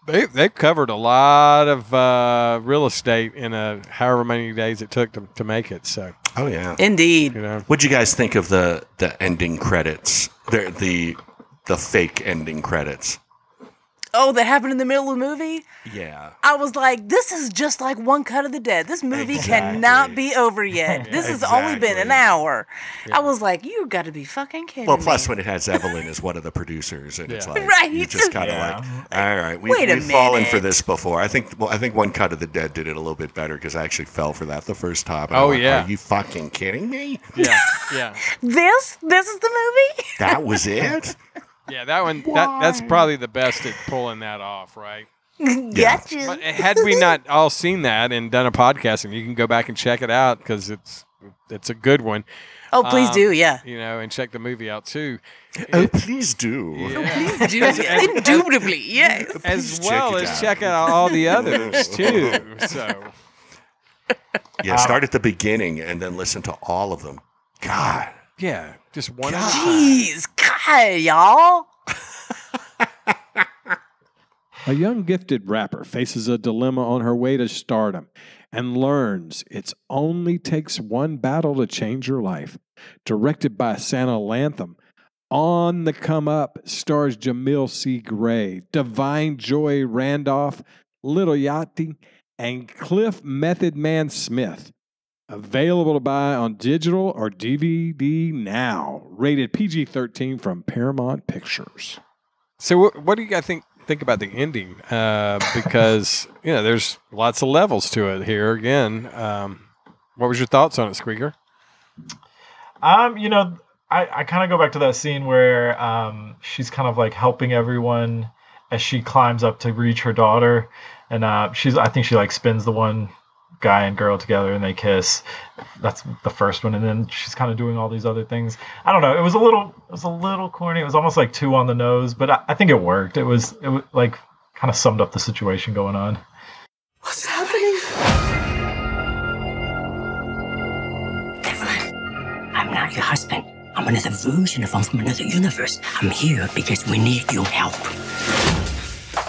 they they've covered a lot of uh, real estate in a however many days it took to, to make it. So Oh yeah. Indeed. you know, What'd you guys think of the the ending credits? The the the fake ending credits. oh, that happened in the middle of the movie. Yeah. I was like, this is just like One Cut of the Dead. This movie Exactly. cannot be over yet. This has only been an Exactly. hour. I was like, you got to be fucking kidding Well, me. plus when it has Evelyn as one of the producers, and it's Yeah. like Right. you just kind of Yeah. like, all right, we've, Wait a we've fallen for minute. this before. I think well, I think one cut of the dead did it a little bit better because I actually fell for that the first time. and I'm Oh, like, yeah. are you fucking kidding me? Yeah, yeah, this this is the movie. That was it. yeah. That one, that, that's probably the best at pulling that off, right? gotcha. But had we not all seen that and done a podcast, and you can go back and check it out because it's it's a good one, oh, please um, do. Yeah. you know, and check the movie out too. Oh, please do. Yeah. Please do. yeah. Indubitably. Yes. As Please well check it as out. check out all the others too. So Yeah, start at the beginning and then listen to all of them. God, yeah, just one. Jeez. God, y'all. A young gifted rapper faces a dilemma on her way to stardom and learns it only takes one battle to change her life. Directed by Santa Lantham, On the Come Up stars Jamil C. Gray, Divine Joy Randolph, Little Yachty, and Cliff Method Man Smith. Available to buy on digital or DVD now. Rated PG 13 from Paramount Pictures. So what, what do you guys think think about the ending? Uh, because you know there's lots of levels to it here. Again, um, what was your thoughts on it, Squeaker? Um, you know, I, I kind of go back to that scene where um, she's kind of like helping everyone as she climbs up to reach her daughter, and uh, she's I think she like spins the one guy and girl together and they kiss. That's the first one, and then she's kind of doing all these other things. I don't know. It was a little it was a little corny. It was almost like two on the nose, but I, I think it worked. It was it was like kind of summed up the situation going on. What's happening? Evelyn, I'm not your husband. I'm another version of him from another universe. I'm here because we need your help.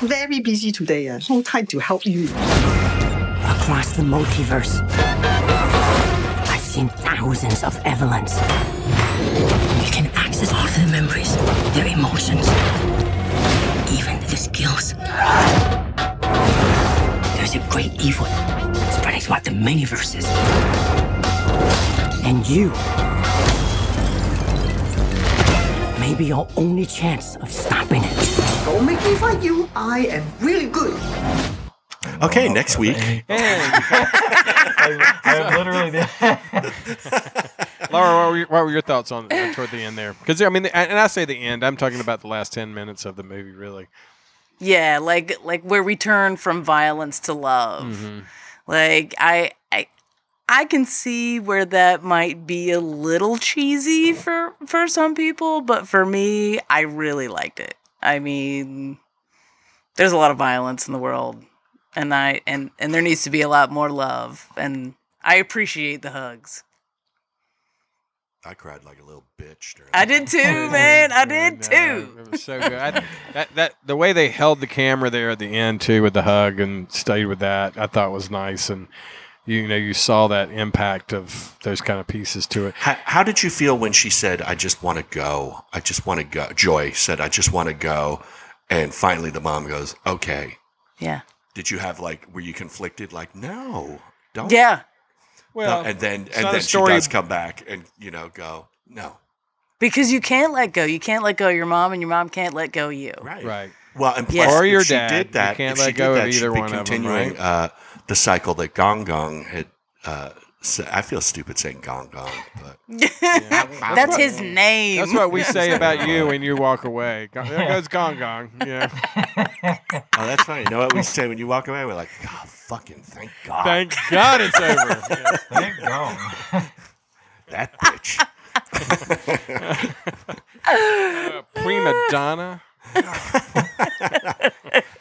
Very busy today. Uh, no time to help you. Across the multiverse, I've seen thousands of Evelyns. You can access all their memories, their emotions, even their skills. There's a great evil spreading throughout the many verses. And you may be your only chance of stopping it. Don't make me fight you. I am really good. Okay, next week. I, I am literally the Laura, what were, your, what were your thoughts on uh, toward the end there? Because I mean, the, and I say the end, I'm talking about the last ten minutes of the movie, really. Yeah, like like where we turn from violence to love. Like I I I can see where that might be a little cheesy for for some people, but for me, I really liked it. I mean, there's a lot of violence in the world, and I and and there needs to be a lot more love, and I appreciate the hugs. I cried like a little bitch. During I did too, man. I did And, uh, too. It was so good. I, that, that the way they held the camera there at the end too, with the hug and stayed with that, I thought was nice. And you know, you saw that impact of those kind of pieces to it. How, how did you feel when she said, I just want to go? I just want to go. Joy said, I just want to go. And finally, the mom goes, Okay. Yeah, Did you have like, were you conflicted? Like, no, don't. yeah. No. Well, And then, it's and not a then story- she does come back and, you know, go, No. Because you can't let go. You can't let go of your mom, and your mom can't let go of you. Right. right. Well, and Yes. plus, Or if your she dad. You did that, can't if let she did go of that, she'd either be one of 'em, right? continuing uh, the cycle that Gong Gong had. Uh, sa- I feel stupid saying Gong Gong, but That's his name. That's what we say about you when you walk away. Go- There goes Gong Gong. Yeah. oh, that's funny. You know what we say when you walk away? We're like, God, fucking thank God, Thank God it's over. Yeah. Thank God. that bitch. Prima donna.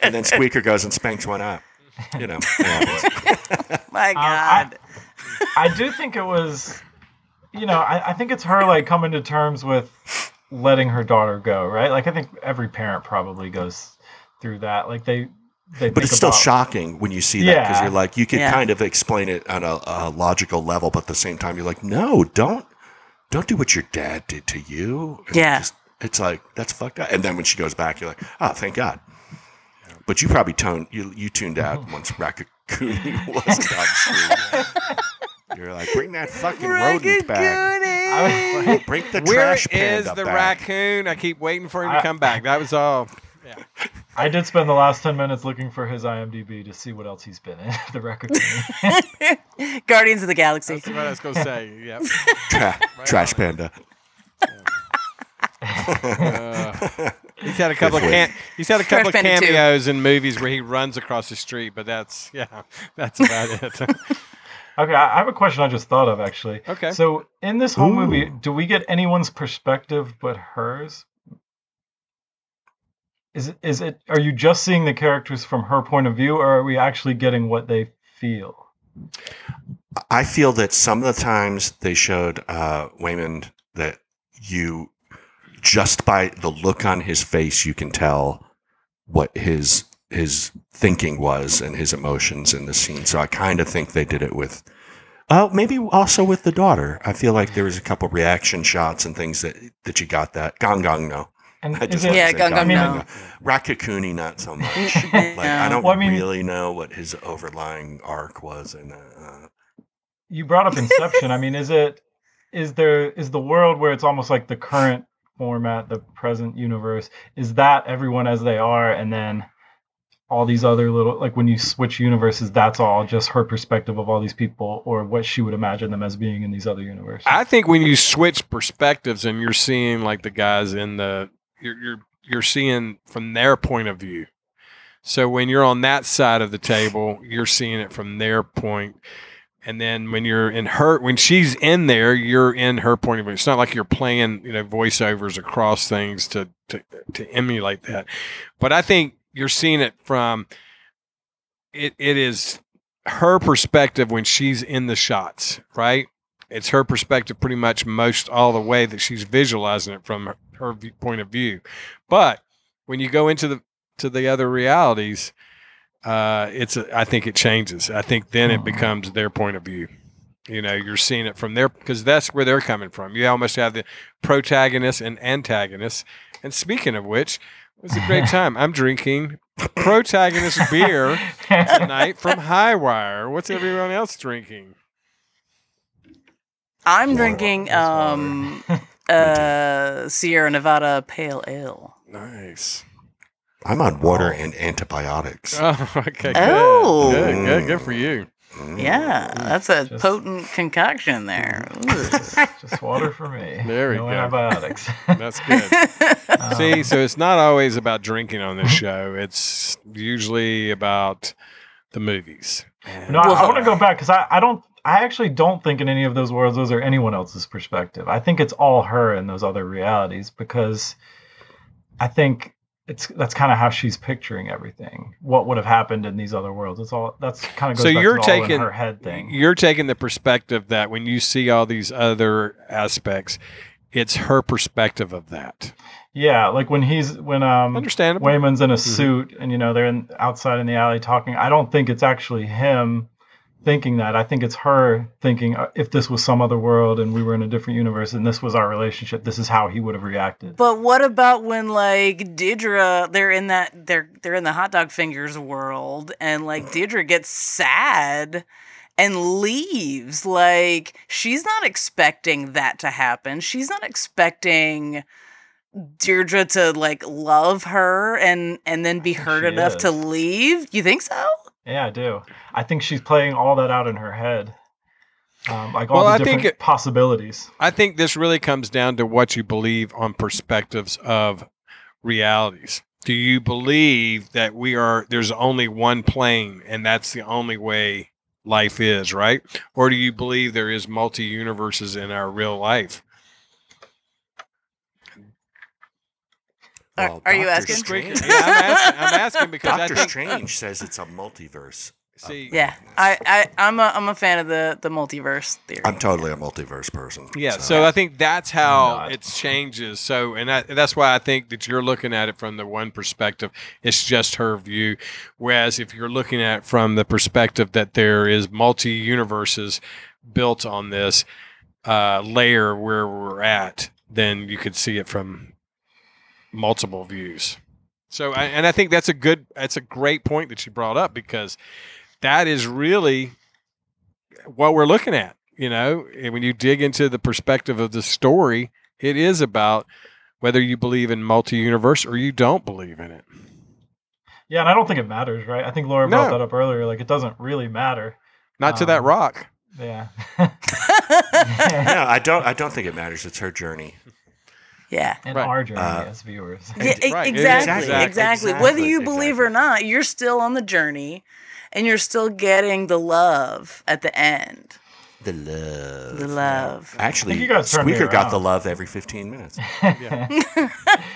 and then Squeaker goes and spanks one up. You know, it happens. um, My I- God. I do think it was, you know, I, I think it's her like coming to terms with letting her daughter go, right? Like I think every parent probably goes through that. Like they, they. but think it's still about- shocking when you see that because Yeah. you're like, you can Yeah. kind of explain it on a, a logical level, but at the same time, you're like, no, don't, don't do what your dad did to you. And Yeah. just- it's like that's fucked up. And then when she goes back, you're like, oh, thank "Ah, God. But you probably tuned you, you tuned out once Rakakuni was on screen. You're like, bring that fucking rodent back. Raccoonie! Bring the Where trash is panda the back. raccoon? I keep waiting for him to I- come back. That was all. I did spend the last ten minutes looking for his IMDb to see what else he's been in. the record. Guardians of the Galaxy. That's what I was gonna say. Yep. Tra- trash panda. Uh, He's had a couple of cam- he's had a couple of Trash Panda 2. cameos in movies where he runs across the street, but that's yeah, that's about it. Okay, I I have a question I just thought of actually. Okay. So in this whole movie, Ooh. do we get anyone's perspective but hers? Is it, is it? Are you just seeing the characters from her point of view, or are we actually getting what they feel? I feel that some of the times they showed uh, Waymond that you just by the look on his face you can tell what his his thinking was and his emotions in the scene. So I kind of think they did it with oh maybe also with the daughter. I feel like there was a couple reaction shots and things that that you got that Gong Gong no. And I just is it, wanted to Yeah, say Gong Gong No. Rakakuni not so much. No. like I don't Well, I mean- really know what his overlying arc was and uh, you brought up Inception. I mean, is it? Is there? Is the world where it's almost like the current format, the present universe? Is that everyone as they are, and then all these other little like when you switch universes, that's all just her perspective of all these people, or what she would imagine them as being in these other universes. I think when you switch perspectives and you're seeing like the guys in the you're you're you're seeing from their point of view. So when you're on that side of the table, you're seeing it from their point. And then when you're in her when she's in there, you're in her point of view. It's not like you're playing, you know, voiceovers across things to to, to emulate that. But I think you're seeing it from it it is her perspective when she's in the shots, right? it's her perspective pretty much most all the way that she's visualizing it from her, her view, point of view. But when you go into the to the other realities, uh, it's a, I think it changes. I think then it becomes their point of view. You know, you're seeing it from their because that's where they're coming from. You almost have the protagonist and antagonist. And speaking of which, it was a great time. I'm drinking protagonist beer tonight from Highwire. What's everyone else drinking? I'm drinking um uh Sierra Nevada Pale Ale. Nice. I'm on water and antibiotics. Oh, okay. Good. Oh. Good, good, good for you. Mm. Yeah, that's a potent concoction there. just water for me. There we no go. antibiotics. That's good. See, so it's not always about drinking on this show. It's usually about the movies. No, I, I want to go back because I, I don't. I actually don't think in any of those worlds those are anyone else's perspective. I think it's all her in those other realities because I think it's that's kind of how she's picturing everything. What would have happened in these other worlds? It's all that's kind of goes So back to you're the all in taking her head thing. You're taking the perspective that when you see all these other aspects, it's her perspective of that. Yeah, like when he's when um Understandable. Wayman's in a Mm-hmm. suit and you know they're in outside in the alley talking. I don't think it's actually him thinking that. I think it's her thinking uh, if this was some other world and we were in a different universe and this was our relationship, this is how he would have reacted. But what about when like Didra they're in that they're they're in the hot dog fingers world and like Didra gets sad and leaves like she's not expecting that to happen. She's not expecting Deirdre to like love her and and then be hurt she enough to is. leave. You think so? yeah, I do. I think she's playing all that out in her head. Um, like Well, all the I think different it- possibilities. I think this really comes down to what you believe on perspectives of realities. Do you believe that we are there's only one plane and that's the only way life is, right? Or do you believe there is multi universes in our real life? Are- Well, are you Dr. asking? Yeah, Strange- I'm asking, I'm asking because I Doctor think Strange says it's a multiverse. see Yeah. I, I I'm a I'm a fan of the the multiverse theory. I'm totally a multiverse person. Yeah, so I think that's how Not. it changes. So, and I, that's why I think that you're looking at it from the one perspective. It's just her view. Whereas if you're looking at it from the perspective that there is multi universes built on this uh, layer where we're at, then you could see it from multiple views. So, I- and I think that's a good, that's a great point that you brought up because that is really what we're looking at. You know, And when you dig into the perspective of the story, it is about whether you believe in multi universe or you don't believe in it. Yeah, and I don't think it matters, right? I think Laura brought No. that up earlier. Like, it doesn't really matter. Not to that Um, rock. Yeah. no, I don't. I don't think it matters. It's her journey. Yeah. And Right. our journey Uh, as viewers. Yeah, e- Right, it is. exactly, Exactly, exactly. Whether exactly, you believe or exactly. not, you're still on the journey and you're still getting the love at the end. The love. The love. Actually, I think you guys turned me Squeaker got around. the love every 15 minutes. We had to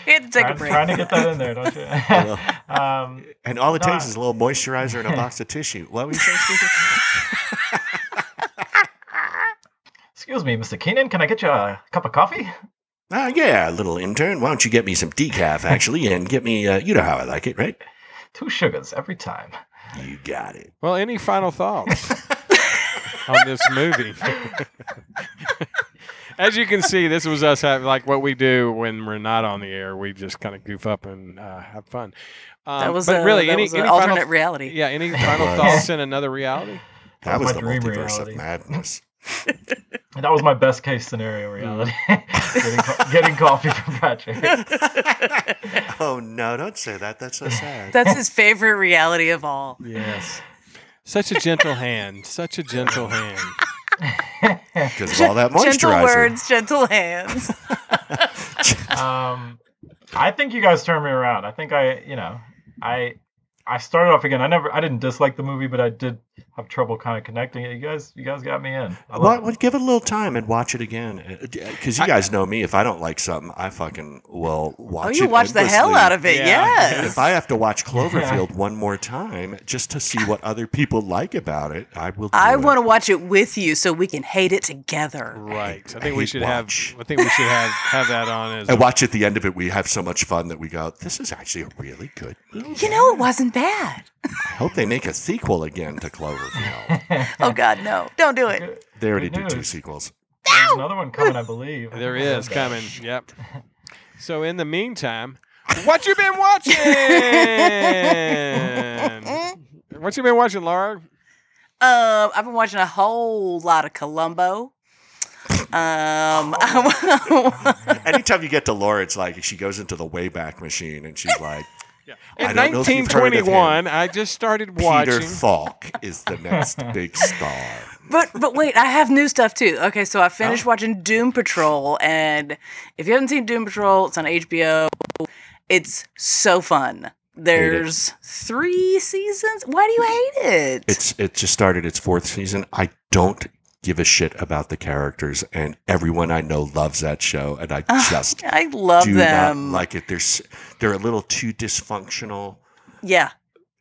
take a trying, break. trying to get that in there, don't you? um, And all it No, takes I- is a little moisturizer and a box of tissue. What were you saying, Squeaker? excuse me, Mr. Keenan, can I get you a cup of coffee? Ah, yeah, little intern. Why don't you get me some decaf, actually, and get me, uh, you know how I like it, right? Two sugars every time. You got it. Well, any final thoughts on this movie? As you can see, this was us having like what we do when we're not on the air. We just kind of goof up and uh, have fun. Um, that was but a, really that any, was an any alternate final, reality. yeah. Any final was. thoughts in another reality? That was the my dream multiverse reality. of madness. And that was my best case scenario reality. getting, co- getting coffee from Patrick. Oh, no, don't say that. That's so sad. That's his favorite reality of all. Yes. Such a gentle hand. Such a gentle hand. Because of all that Gentle moisturizer. words, gentle hands. Um, I think you guys turned me around. I think I, you know, I I started off again. I never, I didn't dislike the movie, but I did have trouble kind of connecting it. You guys, you guys got me in. I Well, love well, give it a little time and watch it again. Uh, Because you guys know me. If I don't like something, I fucking will watch Oh, it. you watch the hell endlessly. out of it. Yeah. And Yes. if I have to watch Cloverfield one more time just to see what other people like about it, I will. Do I it. want to watch it with you so we can hate it together. Right. I I think we hate should watch. have. I think we should have have that on as. And watch at the end of it, we have so much fun that we go, this is actually a really good movie. You know, it wasn't bad. I hope they make a sequel again to Cloverfield. Oh, God, no. Don't do it. it. They already Good do two news. sequels. There's another one coming, I believe. There is coming. Yep. So in the meantime, what you been watching? what you been watching, Laura? Um, I've been watching a whole lot of Columbo. Um, Oh. Anytime you get to Laura, it's like she goes into the Wayback Machine and she's like, In I don't know if you've heard of him. 1921, I just started Peter watching. Falk is the next big star. but but wait, I have new stuff too. Okay, so Oh. I finished watching Doom Patrol, and if you haven't seen Doom Patrol, it's on HBO. It's so fun. There's three seasons. Why do you hate it? It's it just started its fourth season. I don't give a shit about the characters, and everyone I know loves that show, and I just Ah, I love do them. not like it. They're s- they're a little too dysfunctional. yeah,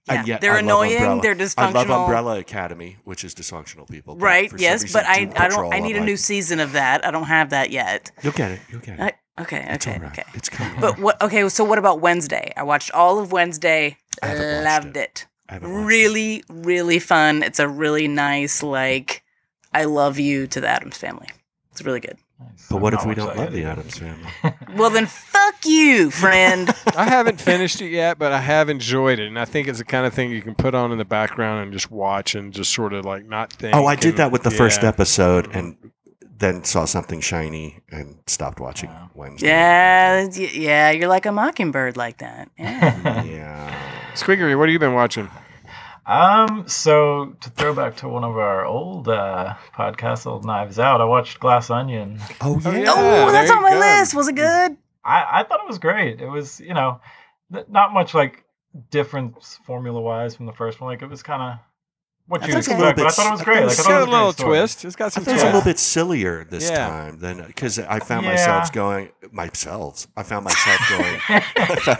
yeah. And yet they're I love annoying. Umbrella. They're dysfunctional. I love Umbrella Academy, which is dysfunctional people. but Right? for some yes, reason, but I, Doom I don't. Patrol, I need I'm a new like, season of that. I don't have that yet. You'll get it. You'll get it. I, okay, okay, it's all right. okay. It's coming. But what? Okay, so what about Wednesday? I watched all of Wednesday. I haven't watched loved it. I haven't watched it. Really, really fun. It's a really nice, like, I love you to the Adams family. It's really good. But what if we don't love the Adams family? Well, then, fuck you, friend. I haven't finished it yet, but I have enjoyed it, and I think it's the kind of thing you can put on in the background and just watch and just sort of like not think. Oh, I did and- that with the yeah. first episode and then saw something shiny and stopped watching Wednesday. yeah, y- yeah, you're like a mockingbird, like that. Yeah. Yeah. Squiggery, what have you been watching? Um, so to throw back to one of our old uh, podcasts, old Knives Out, I watched Glass Onion. Oh, yeah. yeah. oh, that's there on my you go. list. Was it Mm-hmm. good? I, I thought it was great. It was, you know, th- not much like difference formula wise from the first one. Like it was kind of what you That's a expect, little but I bit thought it was s- great. Like, I It's thought it got was a great little story. twist. It's got some There's twist. a little bit sillier this Yeah. time than because I found Yeah. myself going myself. I found myself going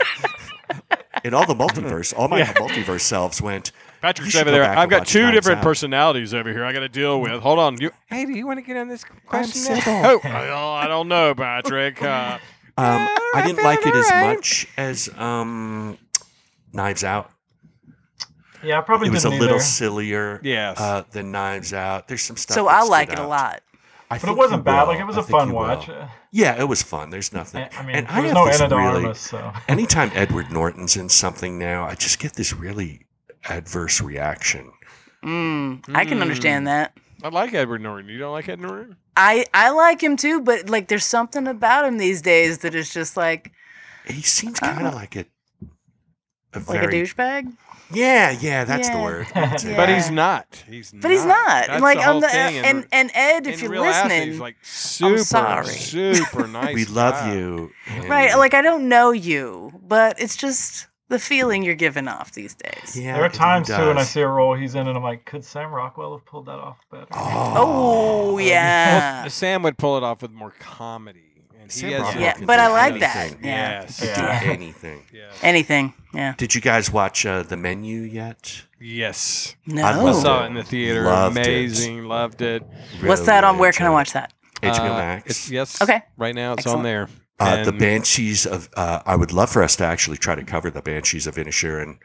in all the multiverse. All my multiverse selves went. You Patrick's should over go there. back and I've got watch two Knives different Out. personalities over here. I got to deal with. Hold on. You, hey, do you want to get on this question? now? civil. Oh, well, I don't know, Patrick. Uh, Um, I didn't found like it as alright. much as um, Knives Out. Yeah, I probably It was a didn't little either. sillier Yes. uh, than Knives Out. There's some stuff. So that I stood like it a out. lot. I but it think wasn't you bad. will. Like it was I a think fun you watch. will. Uh, Yeah, it was fun. There's nothing. I mean, and there I was have no this Anna de really- Armas, so anytime Edward Norton's in something now, I just get this really adverse reaction. Mm, I can understand that. I like Edward Norton. You don't like Edward Norton? I I like him too, but like there's something about him these days that is just like He seems kind of like a, a Uh, like very a douchebag. yeah, yeah. That's the Yeah. word. That's it. But Yeah. he's not. He's But he's not. That's like the whole on the thing. and, and Ed, if in you're real life, listening, he's like super, sorry. super nice. we love guy. you. and- right? "Mm." Like I don't know you, but it's just the feeling you're giving off these days. yeah, there are it really times too when I does. see a role he's in and I'm like, could Sam Rockwell have pulled that off better? Oh yeah, Well, Sam would pull it off with more comedy. And he Sam has Rockwell Yeah, can but do I like that. anything. Yeah. Yes. He can Yeah. do anything. Yes. anything. Yeah, Did you guys watch uh, the menu yet? Yes. no. I I love saw it it. in the theater. Loved it. Amazing. Loved it. What's that on? Where can I watch that? HBO Uh, Max. It's, yes. Okay. Right now it's on Excellent. there. Uh, the And- Banshees of. Uh, I would love for us to actually try to cover the Banshees of Inisherin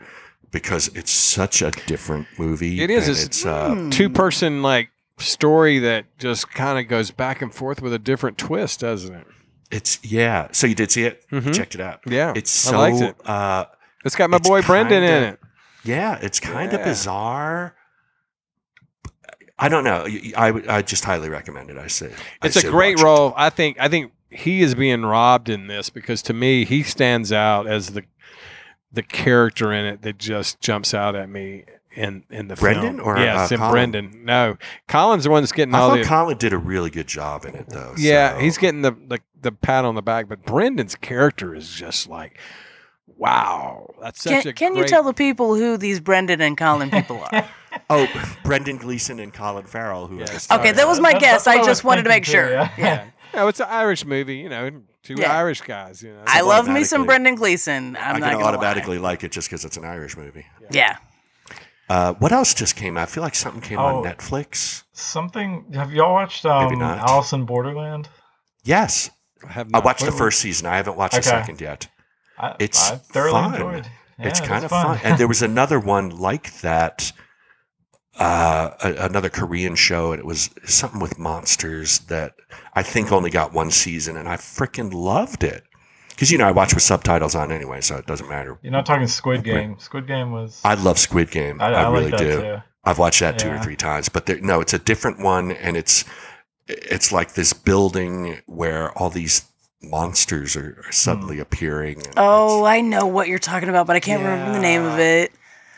because it's such a different movie. It is, and it's- Mm. It's Hmm. uh, two person like story that just kind of goes back and forth with a different twist, doesn't it? it's yeah. So you did see it? Mhm. Checked it out. Yeah, it's I so. liked it. Uh, It's got my It's boy Brendan in kinda- it. yeah, it's kind Yeah. of bizarre. I don't know. I, I would- I just highly recommend it. I say I It's a say great watch it. role. I think I think he is being robbed in this because to me he stands out as the the character in it that just jumps out at me in in the Brendan film. or, yes, uh, and Colin? Brendan. No, Colin's the one that's getting I all thought the Colin did a really good job in it, though. Yeah, so- he's getting the, the the pat on the back, but Brendan's character is just like, wow, that's such Can, a. can you great- tell the people who these Brendan and Colin people are? Oh, Brendan Gleeson and Colin Farrell, who Yeah. I just- Okay, that was my guess. That's- that's what I was just wanted to make thinking, sure. too, Yeah. No, it's an Irish movie, you know, two Yeah. Irish guys. You know, I love me some Automatically. Brendan Gleeson. I'm I not can gonna lie. automatically like it just because it's an Irish movie. Yeah. Uh, what else just came out? I feel like something came Oh. on Netflix. Something have y'all watched Maybe um not. Alice in Borderland? Yes, I have I not- watched the Wait, wait. first season. I haven't watched the Okay. second yet. I, It's I thoroughly fun. enjoyed. Yeah, it's it kind of was fun. and there was another one like that, uh, a- another Korean show, and it was something with monsters that I think only got one season, and I freaking loved it. Because you know I watch with subtitles on anyway, so it doesn't matter. You're not talking Squid Game. Squid Game was I love Squid Game. I, really like that do. too. I've watched that two or Yeah. three times, but there, no, it's a different one, and it's it's like this building where all these monsters are, are suddenly Hmm. appearing. and Oh, I know what you're talking about, but I can't remember the name of Yeah. it. it's,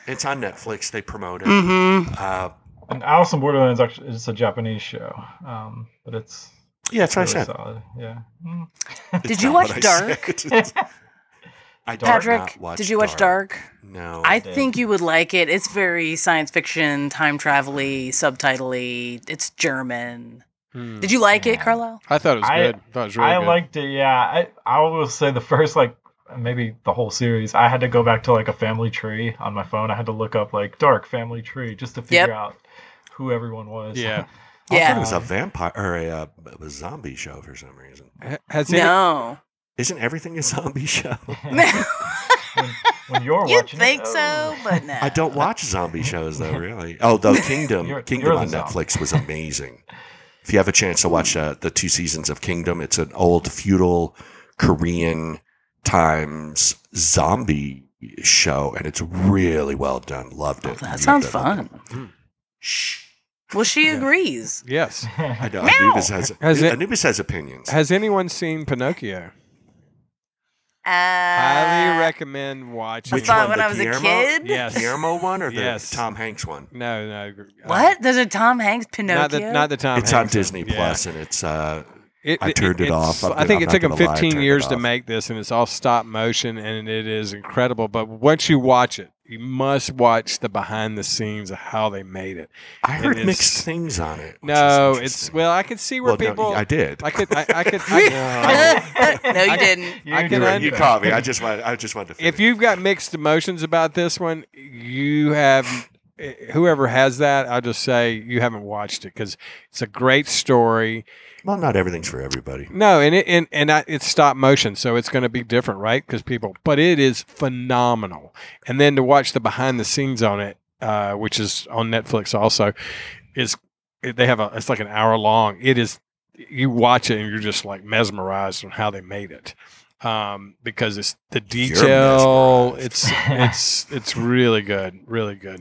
it's on Netflix. They promote it. Mm-hmm. Uh, And Alice in Borderland is actually it's a Japanese show, um, but it's yeah, that's what I really said. solid. Yeah. Mm. It's Did you not watch what Dark? said. I did Patrick, not watch did you watch Dark? No, I think you would like it. It's very science fiction, time travel-y, subtitle-y. It's German. Hmm. Did you like it, Carlisle? I thought it was I- good. I thought it was really I good. liked it. Yeah, I I will say the first like maybe the whole series. I had to go back to like a family tree on my phone. I had to look up like dark family tree just to figure Yep. out who everyone was. Um, Yeah. I thought it Yeah. Uh, was a vampire or a, uh, a zombie show for some reason. Ha- Has any- No. Isn't everything a zombie show? when you're You'd watching, it, think oh. so, but no. I don't watch zombie shows though, really. Oh, though Kingdom, You're- Kingdom you're on the zombie. Netflix was amazing. If you have a chance to watch uh, the two seasons of Kingdom, it's an old feudal Korean times zombie show, and it's really well done. Oh, Loved it. That Loved sounds it, loved it. fun. Well, she agrees. Yes. I know Anubis has, Has it- Anubis has opinions. Has anyone seen Pinocchio? Uh, Highly recommend watching. I Which it. thought one, when the I was a Guillermo? kid. Yes. Guillermo one or the Yes. Tom Hanks one? No, no. uh, What? There's a Tom Hanks Pinocchio. Not the not the time. it's on Disney Plus, and it's uh, I turned it it's- off. I'm I good- think I'm it not took them gonna lie, I 15 turned it years to off. make this, and it's all stop motion, and it is incredible. But once you watch it, you must watch the behind the scenes of how they made it. I It heard is- mixed things on it. which is No, it's interesting. well, I could see where Well, no, people. I did. I could. I, I could. I, no, you didn't. You I can do it. under- you caught me. I just wanted. I just wanted to. if finish. you've got mixed emotions about this one, you have eh, whoever has that. I'll just say you haven't watched it because it's a great story. well, not everything's for everybody. No, and it and and I, it's stop motion, so it's going to be different, right? Because people, but it is phenomenal. And then to watch the behind the scenes on it, uh, which is on Netflix also, is they have a it's like an hour long. It is you watch it and you're just like mesmerized on how they made it um, because it's the detail. It's it's it's really good, really good.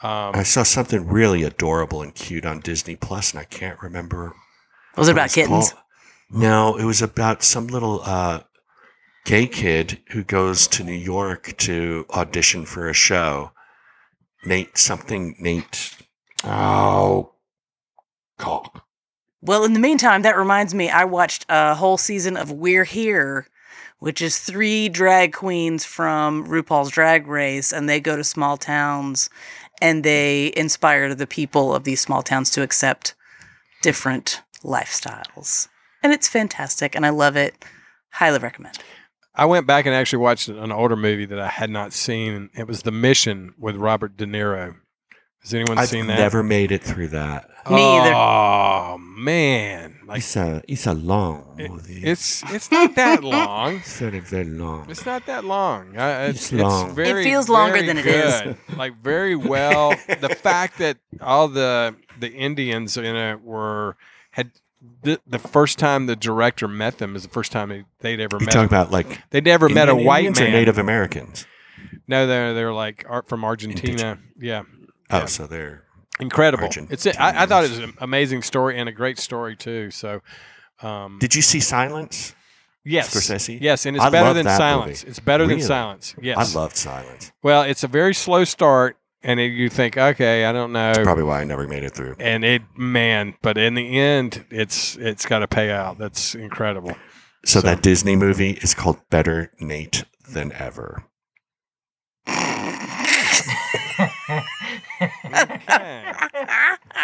Um, I saw something really adorable and cute on Disney Plus, and I can't remember. Was it about was kittens? called. No, it was about some little uh, gay kid who goes to New York to audition for a show. Nate something Nate. Oh, cock. Well, in the meantime, that reminds me, I watched a whole season of We're Here, which is three drag queens from RuPaul's Drag Race, and they go to small towns and they inspire the people of these small towns to accept different lifestyles. And it's fantastic, and I love it. Highly recommend. I went back and actually watched an older movie that I had not seen. and It was The Mission with Robert De Niro. Has anyone I've seen that? never made it through that. Me either. Oh man, like It's a it's a long it- movie. it's it's not that long. It's very very long. It's not that long. I, it's, It's it's long. very, It feels longer very than it is. good. Like very well. the fact that all the the Indians in it were had the, the first time the director met them is the first time they'd ever You met. talking them. about like They never met a Indian white Indians man. or Native Americans? No, they're they're like art from Argentina. Yeah, Oh, Yeah. so they're incredible. Argentinians. It's I, I thought it was an amazing story and a great story too. So, um, Did you see Silence? yes, Scorsese? yes, and it's I better love than that Silence. movie. It's better Really? than Silence. Yes, I loved Silence. Well, it's a very slow start, and then you think, okay, I don't know, Probably why I never made it through. and it man, but in the end, it's it's got to pay out. That's incredible. So- So, that Disney movie is called Better Nate Than Ever. Okay.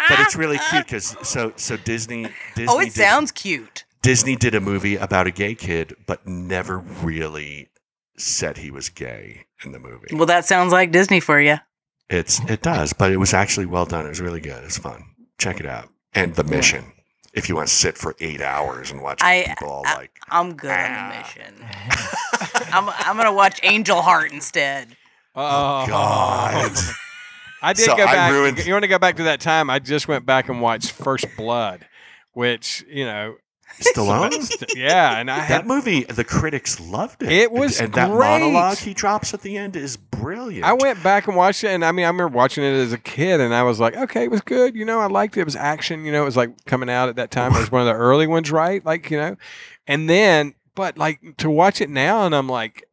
But it's really cute because so so Disney Disney oh, it did, sounds cute. Disney did a movie about a gay kid, but never really said he was gay in the movie. Well, that sounds like Disney for you. It's it does, but it was actually well done. It was really good. It's fun. Check it out. And the mission. If you want to sit for eight hours and watch I- people all I- like I'm Ah. good on the mission. I'm, I'm going to watch Angel Heart instead. Oh, God. I did So go I back. ruined- You want to go back to that time? I just went back and watched First Blood, which you know, Stallone? yeah, and I That had. movie, the critics loved it. It was and, that great. monologue he drops at the end is brilliant. I went back and watched it, and I mean, I remember watching it as a kid, and I was like, okay, it was good. You know, I liked it. It was action. You know, it was like coming out at that time. It was one of the early ones, right? Like, you know, and then, but like to watch it now, and I'm like,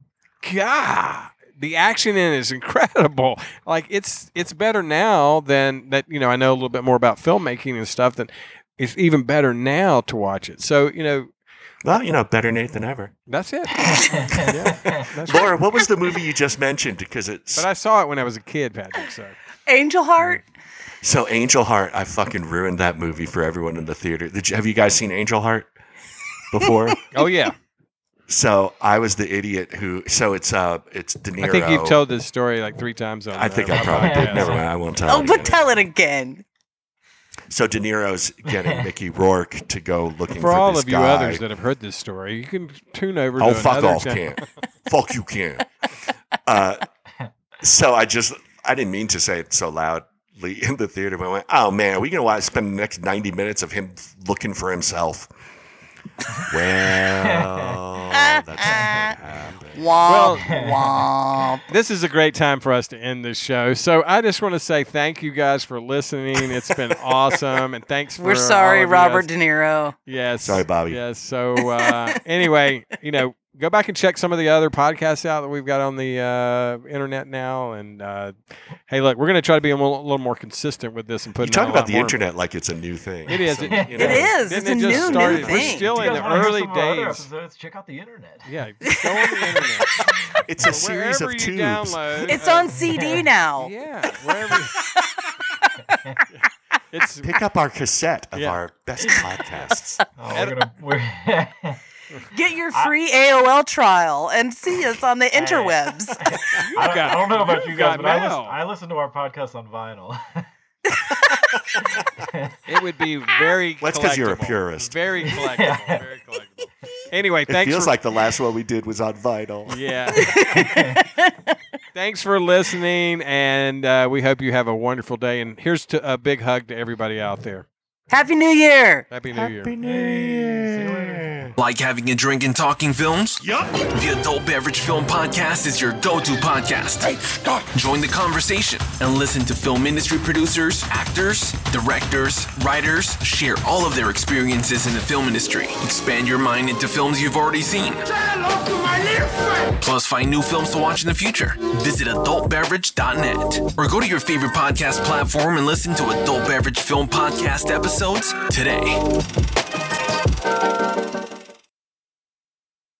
God, the action in it is incredible. Like, it's it's better now than that. You know, I know a little bit more about filmmaking and stuff. That it's even better now to watch it. So you know, Well, you know, better Nate than ever. that's it. Laura, what was the movie you just mentioned? Because it's But I saw it when I was a kid, Patrick. So Angel Heart? so Angel Heart. I fucking ruined that movie for everyone in the theater. Did you, have you guys seen Angel Heart before? oh yeah, so I was the idiot who. So it's uh, it's De Niro. I think you've told this story like three times. On I think uh, I my probably podcast. did. Never mind. I won't tell. Oh, it but again. tell it again. So De Niro's getting Mickey Rourke to go looking for all this of you guy. others that have heard this story, you can tune over. Oh, to fuck another off, channel. Cam. fuck you, Cam. Uh, so I just, I didn't mean to say it so loudly in the theater, but I went, oh man, are we going to watch, spend the next 90 minutes of him looking for himself? Well, that's what happened. Womp, womp. This is a great time for us to end this show. So I just want to say thank you guys for listening. It's been awesome, and thanks. For We're all sorry, of you Robert guys. De Niro. Yes. Sorry, Bobby. Yes. So uh, anyway, you know, go back and check some of the other podcasts out that we've got on the uh, internet now. And uh, hey, look, we're going to try to be a little, little more consistent with this and put You talk about the internet like it's a new thing. It is. So, It- you It know, is. It's Didn't a it new, just start? new We're thing. still If you in the guys wanna hear early some of our other days. episodes, check out the internet. Yeah, go on the internet. It's a So series wherever you of tubes. download, It's uh, on CD now. Yeah, wherever. it's Pick up our cassette of Yeah. our best podcasts. Oh, we're gonna, we're Get your free AOL trial and see us on the interwebs. I don't, I don't know about you you guys, got but I listen, mail. I listen to our podcast on vinyl. it would be very. Well, that's 'cause you're a collectible. purist. Very collectible. Very collectible. Anyway, It thanks. feels for, like the last one we did was on vinyl. Yeah. thanks for listening, and uh, we hope you have a wonderful day. And here's to a big hug to everybody out there. Happy New Year. Happy New Year. Like having a drink and talking films? Yup. The Adult Beverage Film Podcast is your go to podcast. Join the conversation and listen to film industry producers, actors, directors, writers share all of their experiences in the film industry. Expand your mind into films you've already seen. Plus, find new films to watch in the future. Visit adultbeverage.net or go to your favorite podcast platform and listen to Adult Beverage Film Podcast episodes today.